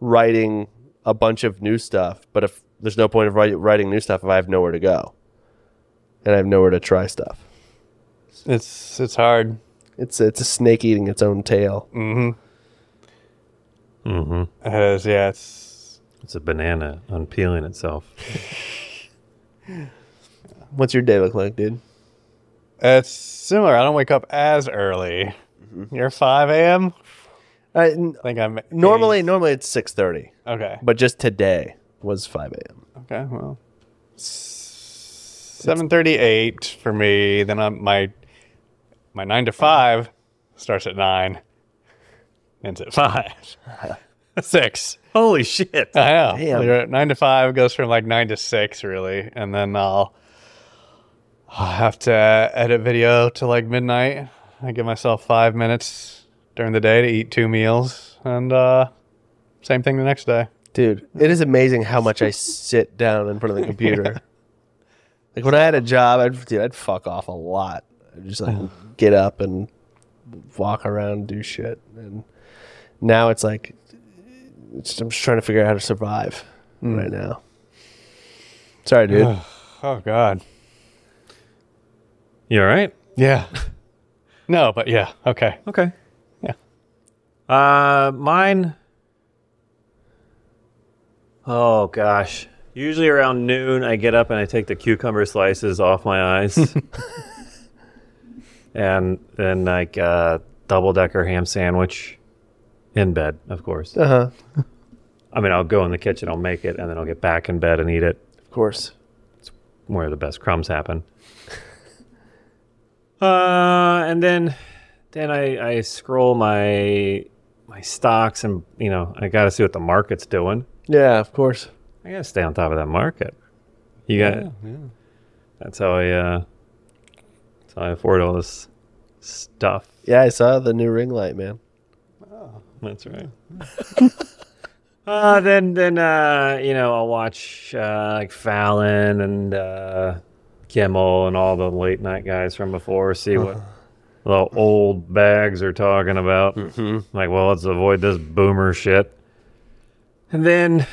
writing a bunch of new stuff. But if there's no point of write, writing new stuff if I have nowhere to go, and I have nowhere to try stuff,
It's it's hard.
it's it's a snake eating its own tail.
It is, yeah. It's
It's a banana unpeeling itself.
What's your day look like, dude?
It's similar. I don't wake up as early.
Mm-hmm.
You're 5 a.m.
Uh, n-
I think I'm eight.
normally, normally it's six thirty,
Okay.
but just today was five a.m.
Okay. Well, seven thirty-eight for me. Then I'm, my my nine to five starts at nine. Ends at five.
<laughs>
six.
Holy shit.
I know.
Damn.
You're at nine to five goes from like nine to six really, and then I'll I'll have to edit video to like midnight. I give myself five minutes during the day to eat two meals, and uh, same thing the next day.
Dude, it is amazing how much I sit down in front of the computer. Like when I had a job, I'd dude, I'd fuck off a lot. I'd just like get up and walk around, do shit. And now it's like it's, I'm just trying to figure out how to survive right now. Sorry, dude.
Oh God.
You all right?
Yeah. <laughs> no, but yeah. Okay.
Okay.
Yeah.
Uh, mine. Oh gosh. Usually around noon, I get up and I take the cucumber slices off my <laughs> eyes, and then like uh, double decker ham sandwich, in bed, of course.
Uh huh.
I mean, I'll go in the kitchen, I'll make it, and then I'll get back in bed and eat it
Of course.
where the best crumbs happen. <laughs> uh, and then then I, I scroll my my stocks and you know I got to see what the market's doing.
Yeah, of course.
I got to stay on top of that market. You got that's how I uh, that's how I afford all this stuff.
Yeah, I saw the new ring light, man.
That's right. <laughs> uh, then then uh, you know I'll watch uh, like Fallon and uh, Kimmel and all the late night guys from before. See what the old bags are talking about. Like, well, let's avoid this boomer shit. And then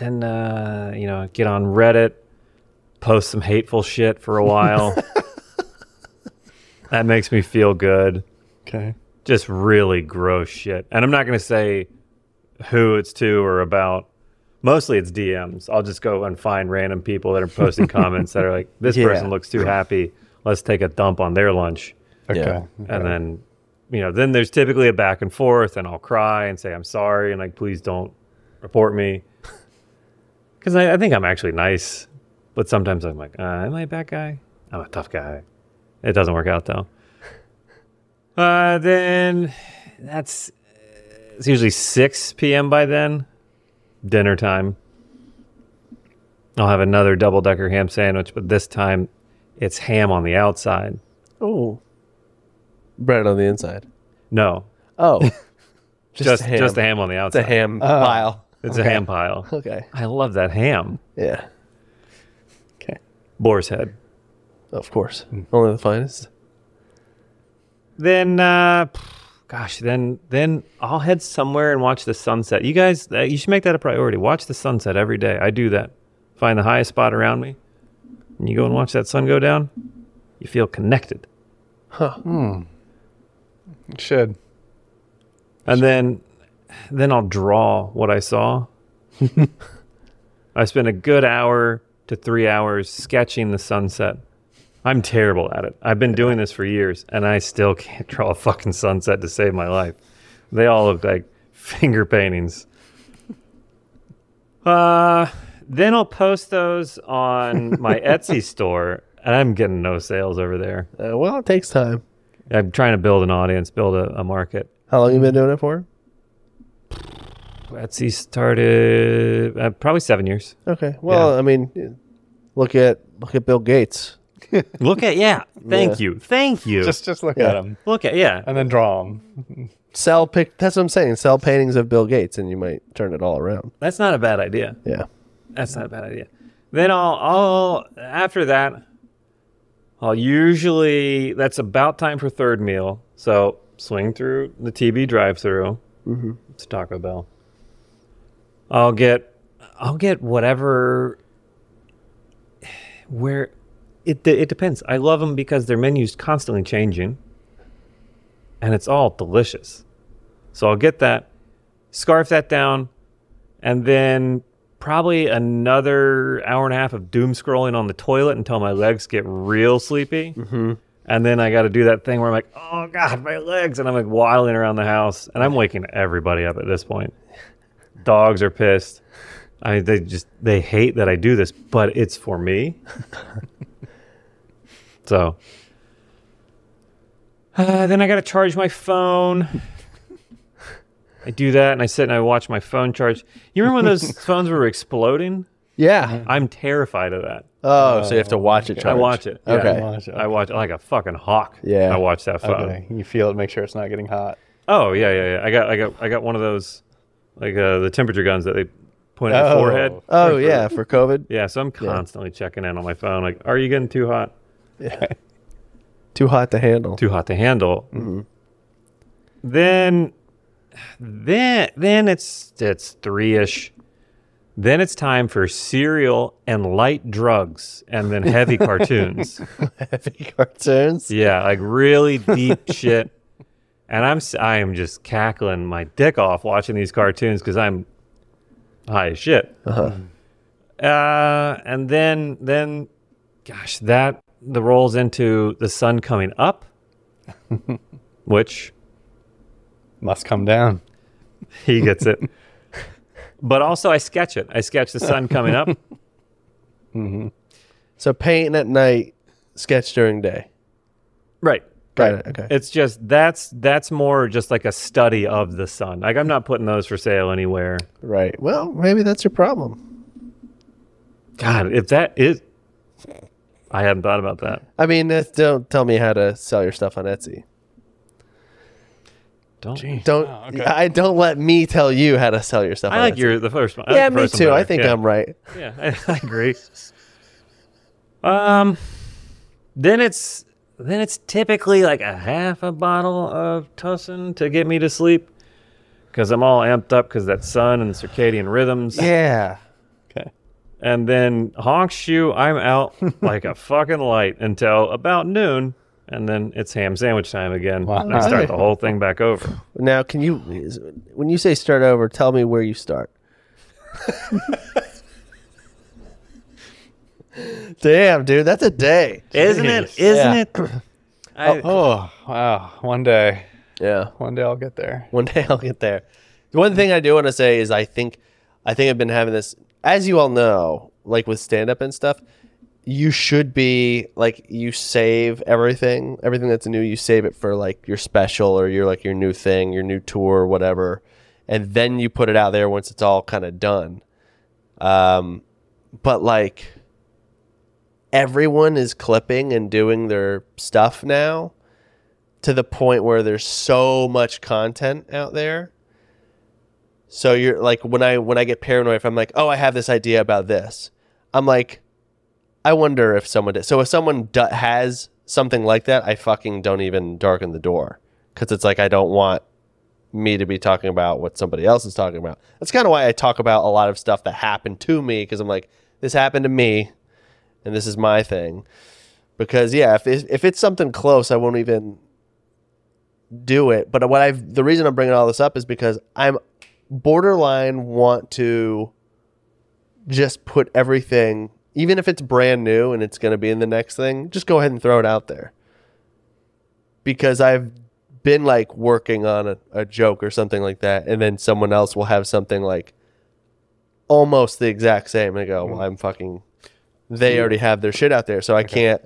then uh, you know get on Reddit, post some hateful shit for a while. that makes me feel good
Okay.
just really gross shit. And I'm not going to say who it's to or about. Mostly it's DMs. I'll just go and find random people that are posting comments that are like, this
Yeah.
person looks too happy. Let's take a dump on their lunch.
Okay.
Yeah.
And then, you know, then there's typically a back and forth, and I'll cry and say, I'm sorry. And like, please don't report me. <laughs> Because I, I think I'm actually nice. But sometimes I'm like, uh, am I a bad guy? I'm a tough guy. It doesn't work out though. Uh, then that's it's usually 6 p.m. by then, dinner time. I'll have another double decker ham sandwich, but this time it's ham on the outside.
Oh. Bread on the inside.
No,
Oh.
just
ham.
just the ham on the
It's a
outside.
ham pile.
It's a ham pile.
<laughs> Okay.
I love that ham.
Yeah.
Okay.
Boar's head.
Of course. Only the finest.
Then, uh, pff, gosh, then then I'll head somewhere and watch the sunset. You guys, uh, you should make that a priority. Watch the sunset every day. I do that. Find the highest spot around me, and you go and watch that sun go down. You feel connected.
Should.
and then then I'll draw what I saw. I spent a good hour to three hours sketching the sunset. I'm terrible at it. I've been doing this for years, and I still can't draw a fucking sunset to save my life. They all look like finger paintings. Uh, then I'll post those on my Etsy store, and I'm getting no sales over there.
Uh, well, it takes time.
I'm trying to build an audience, build a, a market.
How long you been doing it for?
Etsy started uh, probably seven years.
Okay. Well,
Yeah.
I mean, look at look at Bill Gates.
Look at yeah. Thank
Yeah.
you. Thank you.
Just just look
Yeah.
at them
look at yeah.
and then draw them.
Sell pic. That's what I'm saying. Sell paintings of Bill Gates, and you might turn it all around.
That's not a bad idea.
Yeah.
That's not a bad idea. Then I'll I'll after that, I'll usually that's about time for third meal. So swing through the TB drive-through. Mm-hmm. It's Taco Bell. I'll get I'll get whatever. Where it de- it depends. I love them because their menu's constantly changing, and it's all delicious. So I'll get that, scarf that down, and then probably another hour and a half of doom scrolling on the toilet until my legs get real sleepy. Mm-hmm. And then I got to do that thing where I'm like, oh God, my legs. And I'm like waddling around the house and I'm waking everybody up at this point. Dogs are pissed. I they just they hate that I do this, but it's for me. so uh, then I got to charge my phone. I do that and I sit and I watch my phone charge. You remember when those phones were exploding?
Yeah.
I'm terrified of that.
Oh, so you have to watch it. Charge.
I watch it. yeah.
Okay.
Watch it,
I watch it like a fucking hawk.
Yeah.
I watch that phone.
Okay, you feel it. Make sure it's not getting hot.
Oh yeah, yeah, yeah. I got, I got, I got one of those, like uh, the temperature guns that they point at
Oh.
your forehead.
Oh yeah, for COVID,
Yeah, so I'm constantly checking in on my phone. Like, are you getting too hot?
<laughs> too hot to handle.
Too hot to handle. Then, then, then it's it's three ish. Then it's time for cereal and light drugs, and then heavy cartoons.
heavy <laughs> cartoons.
Yeah, like really <laughs> deep shit. And I'm s- I am just cackling my dick off watching these cartoons because I'm high as shit. Uh-huh. and then then, gosh, that the rolls into the sun coming <laughs> up, which
Must come down.
he gets it. but also I sketch it. I sketch the sun coming up.
So painting at night, sketch during day.
<laughs> Right.
Got it. Okay.
It's just that's that's more just like a study of the sun. Like I'm not putting those for sale anywhere.
right. Well, maybe that's your problem.
God, if that is, I hadn't thought about that.
I mean, that's, don't tell me how to sell your stuff on Etsy.
Don't.
Don't.
okay.
I don't let me tell you how to sell your stuff.
Oh, I
on
like
Etsy.
your the first one.
Yeah,
the
me
first one
too. I
better.
think
Yeah.
I'm right.
Yeah, I, I agree. <laughs> Um, then it's then it's typically like a half a bottle of Tussin to get me to sleep because I'm all amped up because that sun and the circadian rhythms.
<laughs> Yeah.
Okay.
And then honk shoe, I'm
<laughs>
out like a fucking light until about noon, and then it's ham sandwich time again. And I start the whole thing back over.
Now, can you, is- when you say start over, tell me where
<laughs>
you start. Damn, dude, that's a day.
Isn't it?
Jeez.
Isn't
Yeah.
it? I,
Oh wow! One day,
Yeah.
one day I'll get there.
<laughs> One day I'll get there. The one thing I do want to say is I think I think I've been having this as you all know, like with stand up and stuff, you should be like you save everything, everything that's new, you save it for like your special or your like your new thing, your new tour or whatever, and then you put it out there once it's all kind of done. Um but like everyone is clipping and doing their stuff now to the point where there's so much content out there. So you're like when I when I get paranoid if I'm like, "Oh, I have this idea about this." I'm like I wonder if someone did. So if someone do- has something like that, I fucking don't even darken the door cuz it's like I don't want me to be talking about what somebody else is talking about. That's kind of why I talk about a lot of stuff that happened to me cuz I'm like, this happened to me and this is my thing. Because yeah, if it's, if it's something close, I won't even do it. But what I've the reason I'm bringing all this up is because I'm borderline want to just put everything, even if it's brand new and it's going to be in the next thing, just go ahead and throw it out there. Because I've been like working on a, a joke or something like that, and then someone else will have something like almost the exact same, and I go, "Well, I'm fucking." They already have their shit out there, so I can't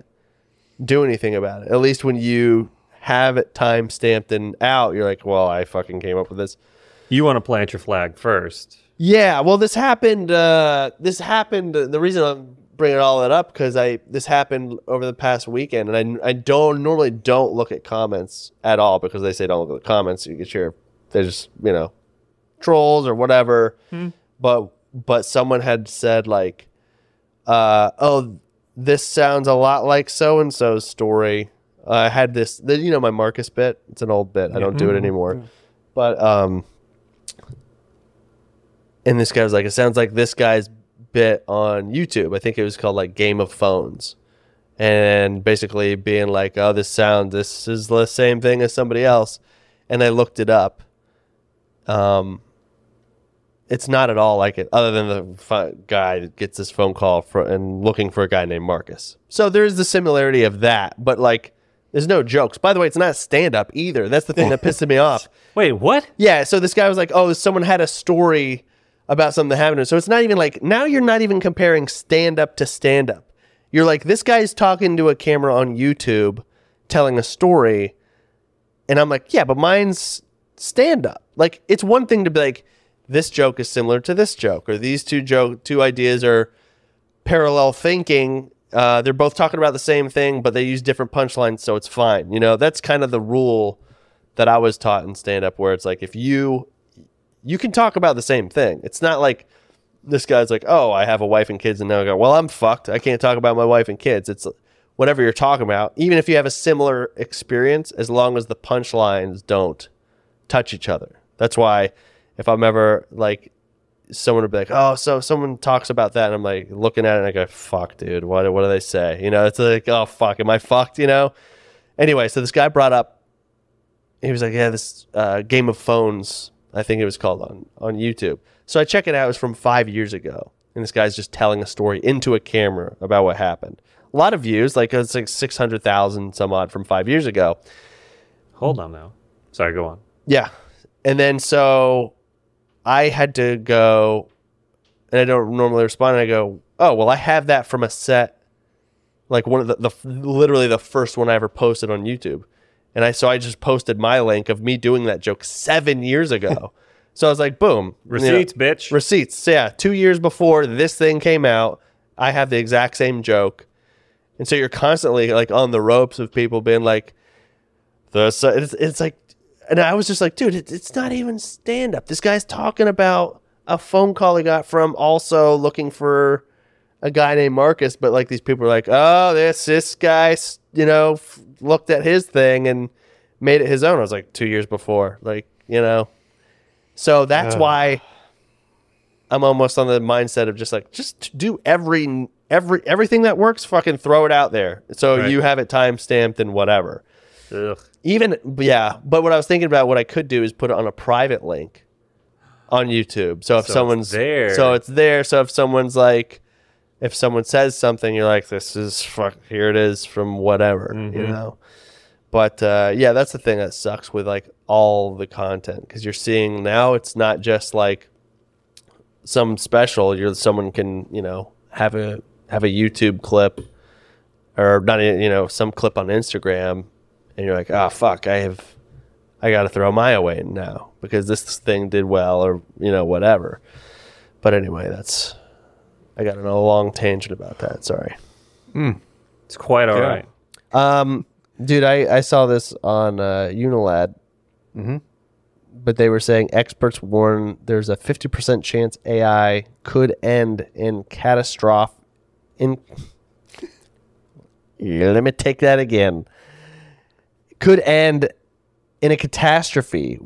do anything about it. At least when you have it time stamped and out, you're like, well, I fucking came up with this.
you want to plant your flag first.
Yeah, well, this happened. Uh, this happened. The reason I'm bringing all that up because I this happened over the past weekend, and I, I don't normally don't look at comments at all because they say don't look at the comments. You get your they're just you know trolls or whatever. But but someone had said like, uh, oh, this sounds a lot like so and so's story. I had this, the- you know, my Marcus bit. It's an old bit. I don't do it anymore. But um, and this guy was like, it sounds like this guy's bit on YouTube. I think it was called like Game of Phones. And basically being like, oh, this sound, this is the same thing as somebody else. And I looked it up. Um, it's not at all like it, other than the fi- guy that gets this phone call fro- and looking for a guy named Marcus. So there is the similarity of that, but like, there's no jokes. By the way, it's not stand up either. That's the thing that pisses me off.
Wait, what?
Yeah, so this guy was like, "Oh, someone had a story about something that happened." to us." So it's not even like now you're not even comparing stand up to stand up. You're like, this guy's talking to a camera on YouTube, telling a story, and I'm like, yeah, but mine's stand up. Like it's one thing to be like, this joke is similar to this joke, or these two joke two ideas are parallel thinking. Uh, they're both talking about the same thing, but they use different punchlines, so it's fine. You know, that's kind of the rule that I was taught in stand up where it's like if you you can talk about the same thing. It's not like this guy's like, "Oh, I have a wife and kids," and now I go, "Well, I'm fucked. I can't talk about my wife and kids." It's whatever you're talking about, even if you have a similar experience, as long as the punchlines don't touch each other. That's why if I'm ever like someone would be like, "Oh, so someone talks about that," and I'm like looking at it and I go, "Fuck, dude, what what do they say?" You know, it's like, "Oh, fuck, am I fucked?" You know. Anyway, so this guy brought up he was like, yeah, this uh, game of phones, I think it was called on on YouTube. So I check it out. It was from five years ago, and this guy's just telling a story into a camera about what happened. A lot of views, like it's like six hundred thousand some odd from five years ago.
Hold on now. Sorry, go on.
Yeah. And then so I had to go, and I don't normally respond. And I go, oh, well, I have that from a set, like one of the, the literally the first one I ever posted on YouTube. And I so I just posted my link of me doing that joke seven years ago. so I was like, boom, you know,
Receipts, bitch.
Receipts. Yeah. Two years before this thing came out, I have the exact same joke. And so you're constantly like on the ropes of people being like, the so it's, it's like, and I was just like, dude, it, it's not even stand up. This guy's talking about a phone call he got from also looking for a guy named Marcus, but like these people are like, oh, this this guy, s- you know, f- looked at his thing and made it his own. I was like, two years before, like you know, so that's why I'm almost on the mindset of just like just do every every everything that works, fucking throw it out there, so
Right.
you have it time stamped and whatever.
Ugh.
Even yeah, but what I was thinking about, what I could do is put it on a private link on YouTube. So
So
if
it's
someone's
there.
so it's there. So if someone's like, if someone says something, you're like, this is fuck. Here it is from whatever,
Mm-hmm.
you know. But uh, yeah, that's the thing that sucks with like all the content because you're seeing now it's not just like some special. You're someone can you know have a have a YouTube clip or not even, you know some clip on Instagram, and you're like, oh fuck, I have I got to throw my away now because this thing did well or you know whatever. But anyway, that's I got on a long tangent about that. Sorry.
It's quite all right.
Um, dude, I, I saw this on uh, Unilad,
Mm-hmm.
but they were saying experts warn there's a 50% chance AI could end in catastrophe. In <laughs> let me take that again. Could end in a
<laughs>
catastrophe.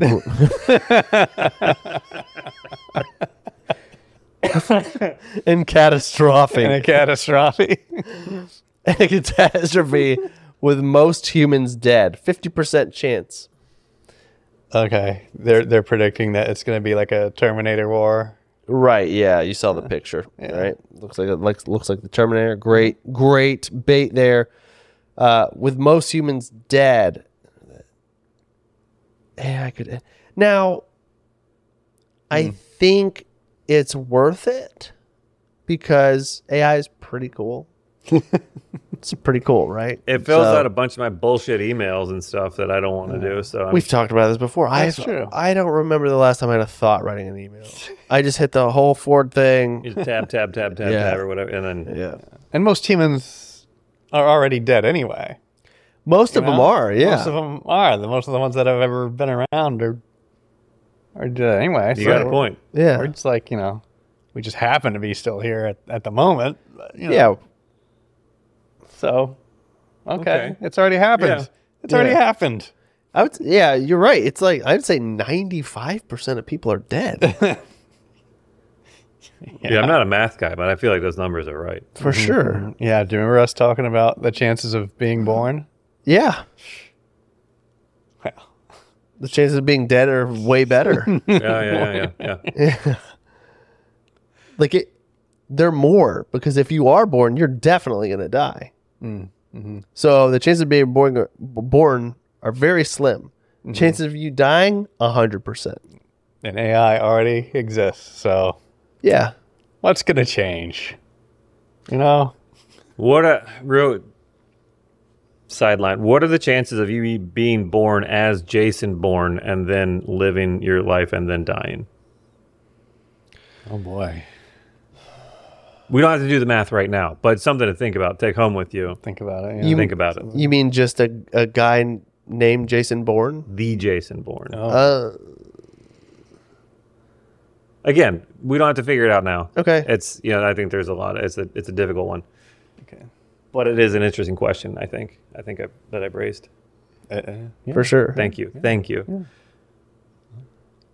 <laughs> in catastrophic
<laughs> in a catastrophe.
a <laughs> catastrophe with most humans dead. 50% chance.
okay, they're they're predicting that it's going to be like a Terminator war.
Right, yeah, you saw the picture, right? Looks like it looks, looks like the Terminator. Great, great bait there. Uh, with most humans dead. Yeah, I could. eh. Now, I think it's worth it because AI is pretty cool. it's pretty cool, right?
It fills
So-
out a bunch of my bullshit emails and stuff that I don't want to do. So I'm,
We've talked about this before. I
That's true.
I don't remember the last time I had a thought writing an email. I just hit the whole Ford
you
thing.
just tab, tab, tab, tab,
Yeah.
tab, or whatever, and then
Yeah.
And most humans are already dead anyway.
Most of
you
them
know?
are, yeah.
Most of them are. The most of the ones that have ever been around are are dead anyway.
you
so
got a point.
yeah.
We're just like you know, we just happen to be still here at, at the moment. but, you know,
yeah.
So okay.
Okay.
it's already happened.
Yeah.
It's already
Yeah.
happened.
I would, yeah, you're right. It's like I'd say 95% of people are
<laughs>
dead.
Yeah. I'm not a math guy, but I feel like those numbers are right. <laughs>
For sure.
Yeah. Do you remember us talking about the chances of being born?
Yeah.
Well,
The chances of being dead are way better.
<laughs>
Yeah, yeah, yeah, yeah. yeah.
like it they're more because if you are born you're definitely going to die so the chances of being born, b- born are very slim chances of you dying 100%
And AI already exists, so
yeah
what's gonna change? You know?
What a real sideline. What are the chances of you being born as Jason Bourne and then living your life and then dying?
Oh boy.
We don't have to do the math right now, but it's something to think about. Take home with you.
Think about it.
You-
Yeah.
Think about it.
you mean just a, a guy n- named jason bourne
The Jason Bourne.
Oh.
uh,
Again, we don't have to figure it out now.
Okay.
It's you know I think there's a lot. It's a it's a difficult one,
Okay.
but it is an interesting question. I think I think I, that I've raised.
Uh, uh, yeah.
for sure
Thank you. Thank you.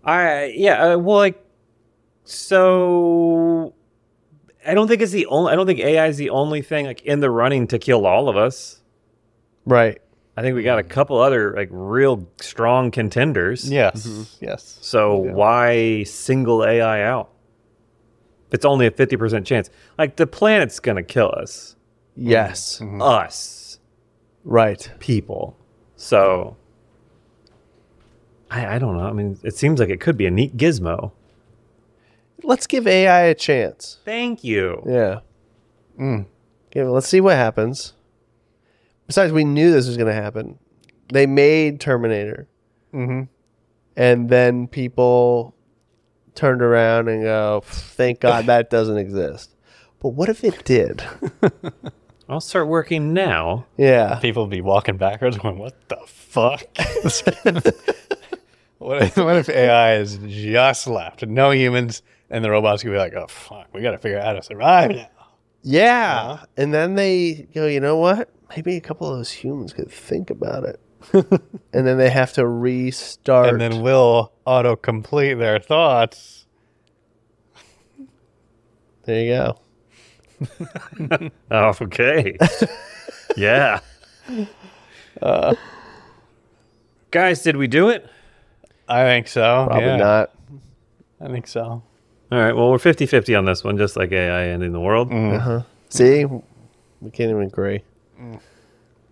I yeah, uh, well like so I don't think it's the only I don't think AI is the only thing like in the running to kill all of us.
right
I think we got a couple other like real strong contenders.
Yes. Yes.
So why single AI out? It's only a 50% chance. Like the planet's going to kill us.
yes
Mm-hmm. Us
right
people. So I, I don't know. I mean, it seems like it could be a neat gizmo.
let's give ai a chance
Thank you.
Yeah. Hmm. Okay, well, let's see what happens. Besides, we knew this was going to happen. They made Terminator. Mm-hmm. And then people turned around and go, thank God <laughs> that doesn't exist. But what if it did?
I'll start working now.
<laughs> Yeah.
People be walking backwards going, What the fuck? <laughs> what, if, what if AI is just left? No humans and the robots could be like, Oh fuck, we gotta figure out how to survive now.
Yeah. And then they go, you know what? Maybe a couple of those humans could think about <laughs> it. and then they have to restart.
And then we'll autocomplete their thoughts.
there you go.
Oh, <laughs> okay. yeah. Uh. Guys, did we do it?
I think so.
Probably
yeah.
not.
I think so.
All right. Well, we're 50 50 on this one, just like AI ending the world.
Mm-hmm. See, we can't even agree.
Mm.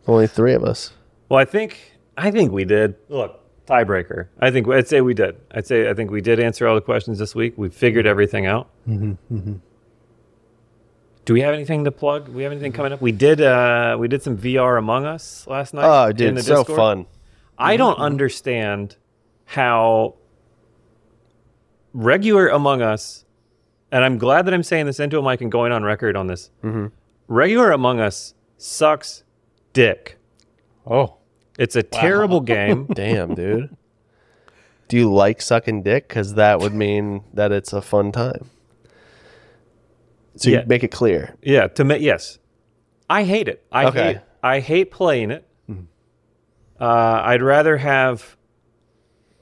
Only three of us.
Well, I think I think we did. Look, tiebreaker. I think I'd say we did. I'd say I think we did answer all the questions this week. We figured everything out.
Mm-hmm,
Do we have anything to plug? Do we have anything coming up? We did. Uh, we did some VR Among Us last night.
Oh,
in
dude,
the
so
Discord.
fun.
I don't understand how regular Among Us, and I'm glad that I'm saying this into a mic and going on record on this. Regular Among Us sucks dick.
Oh.
It's a terrible game. <laughs>
Damn, dude. Do you like sucking dick? Because that would mean that it's a fun time. So
Yeah.
you make it clear.
Yeah, to me, yes. I hate it. I
Okay.
hate. I hate playing it. Uh, I'd rather have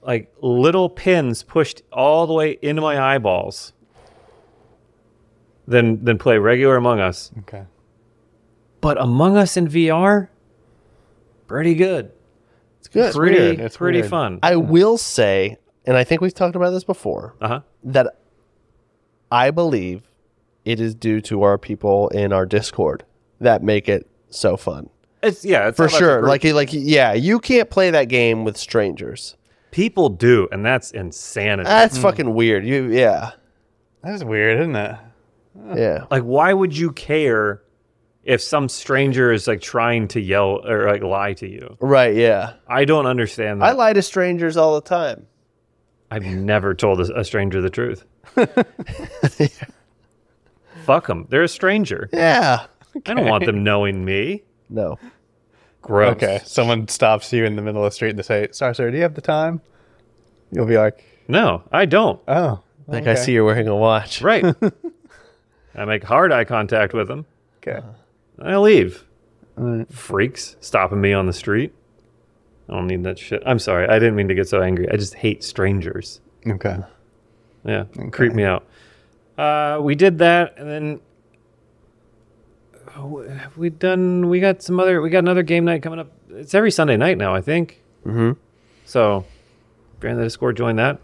like little pins pushed all the way into my eyeballs than than play regular Among Us.
Okay.
But Among Us in VR, pretty good.
It's good. It's
pretty
weird.
It's
pretty
weird.
fun.
I will say, and I think we've talked about this before,
Uh huh.
that I believe it is due to our people in our Discord that make it so fun.
It's yeah, it's
For
all about the
sure.
group.
Like, like, yeah, you can't play that game with strangers.
people do, and that's insanity.
That's fucking weird. You, yeah,
That's weird, isn't it?
yeah.
like why would you care if some stranger is like trying to yell or like lie to you
Right, yeah.
i don't understand
I
that
lie to strangers all the time.
i've never told a, a stranger the
<laughs>
truth fuck them they're a stranger
Yeah.
i don't want them knowing me
No.
gross
Okay. Someone stops you in the middle of the street and they say, Sorry, sir, do you have the time? You'll be like,
no i don't
Oh.
Like I see you're wearing a
<laughs>
watch.
right i make hard eye contact with them
Okay.
i leave freaks stopping me on the street i don't need that shit i'm sorry i didn't mean to get so angry i just hate strangers
Okay.
Yeah, creep me out. Uh, we did that, and then Oh, have we done? We got some other. We got another game night coming up. It's every Sunday night now, I think. Mm-hmm. So, Grand the Discord, join that.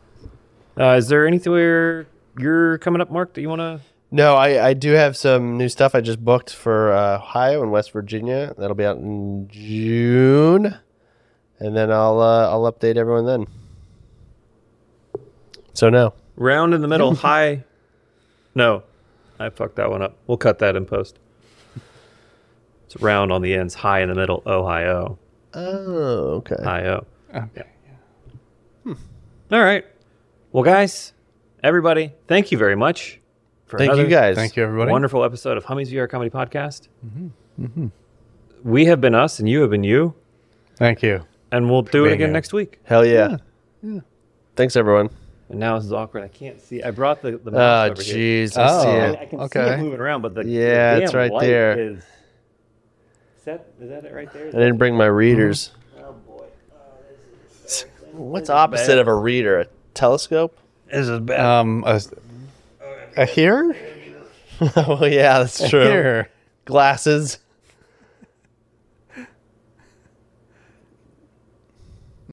Uh, is there anywhere you're coming up, Mark? That you want to?
No, I, I do have some new stuff I just booked for uh, Ohio and West Virginia. That'll be out in June, and then I'll uh, I'll update everyone then. So no,
Round in the middle, high. No, I fucked that one up. We'll cut that in post. It's round on the ends, high oh, in the middle, Ohio,
oh okay,
IO.
Okay.
All right. Well, guys, everybody, thank you very much. For
thank you
another
guys. Mm-hmm.
Thank you, everybody.
Wonderful episode of Hummies VR Comedy Podcast. We have been us, and you have been you,
Thank you.
and we'll do it
Being
again
you.
next week.
Hell yeah. Thanks everyone.
And now this is awkward. I can't see. I brought the the mouse
Oh
over here.
jeez,
Oh.
I see
I,
it.
I can see
Okay.
it moving around, but the the
Yeah, it's
damn
right
light
there.
Is, is that is that it right there? Is
I
that-
didn't bring my readers.
oh boy,
What's opposite of a reader? A telescope? <laughs>
this is bad.
Um, a, a here?
oh yeah, that's true.
Here.
Glasses.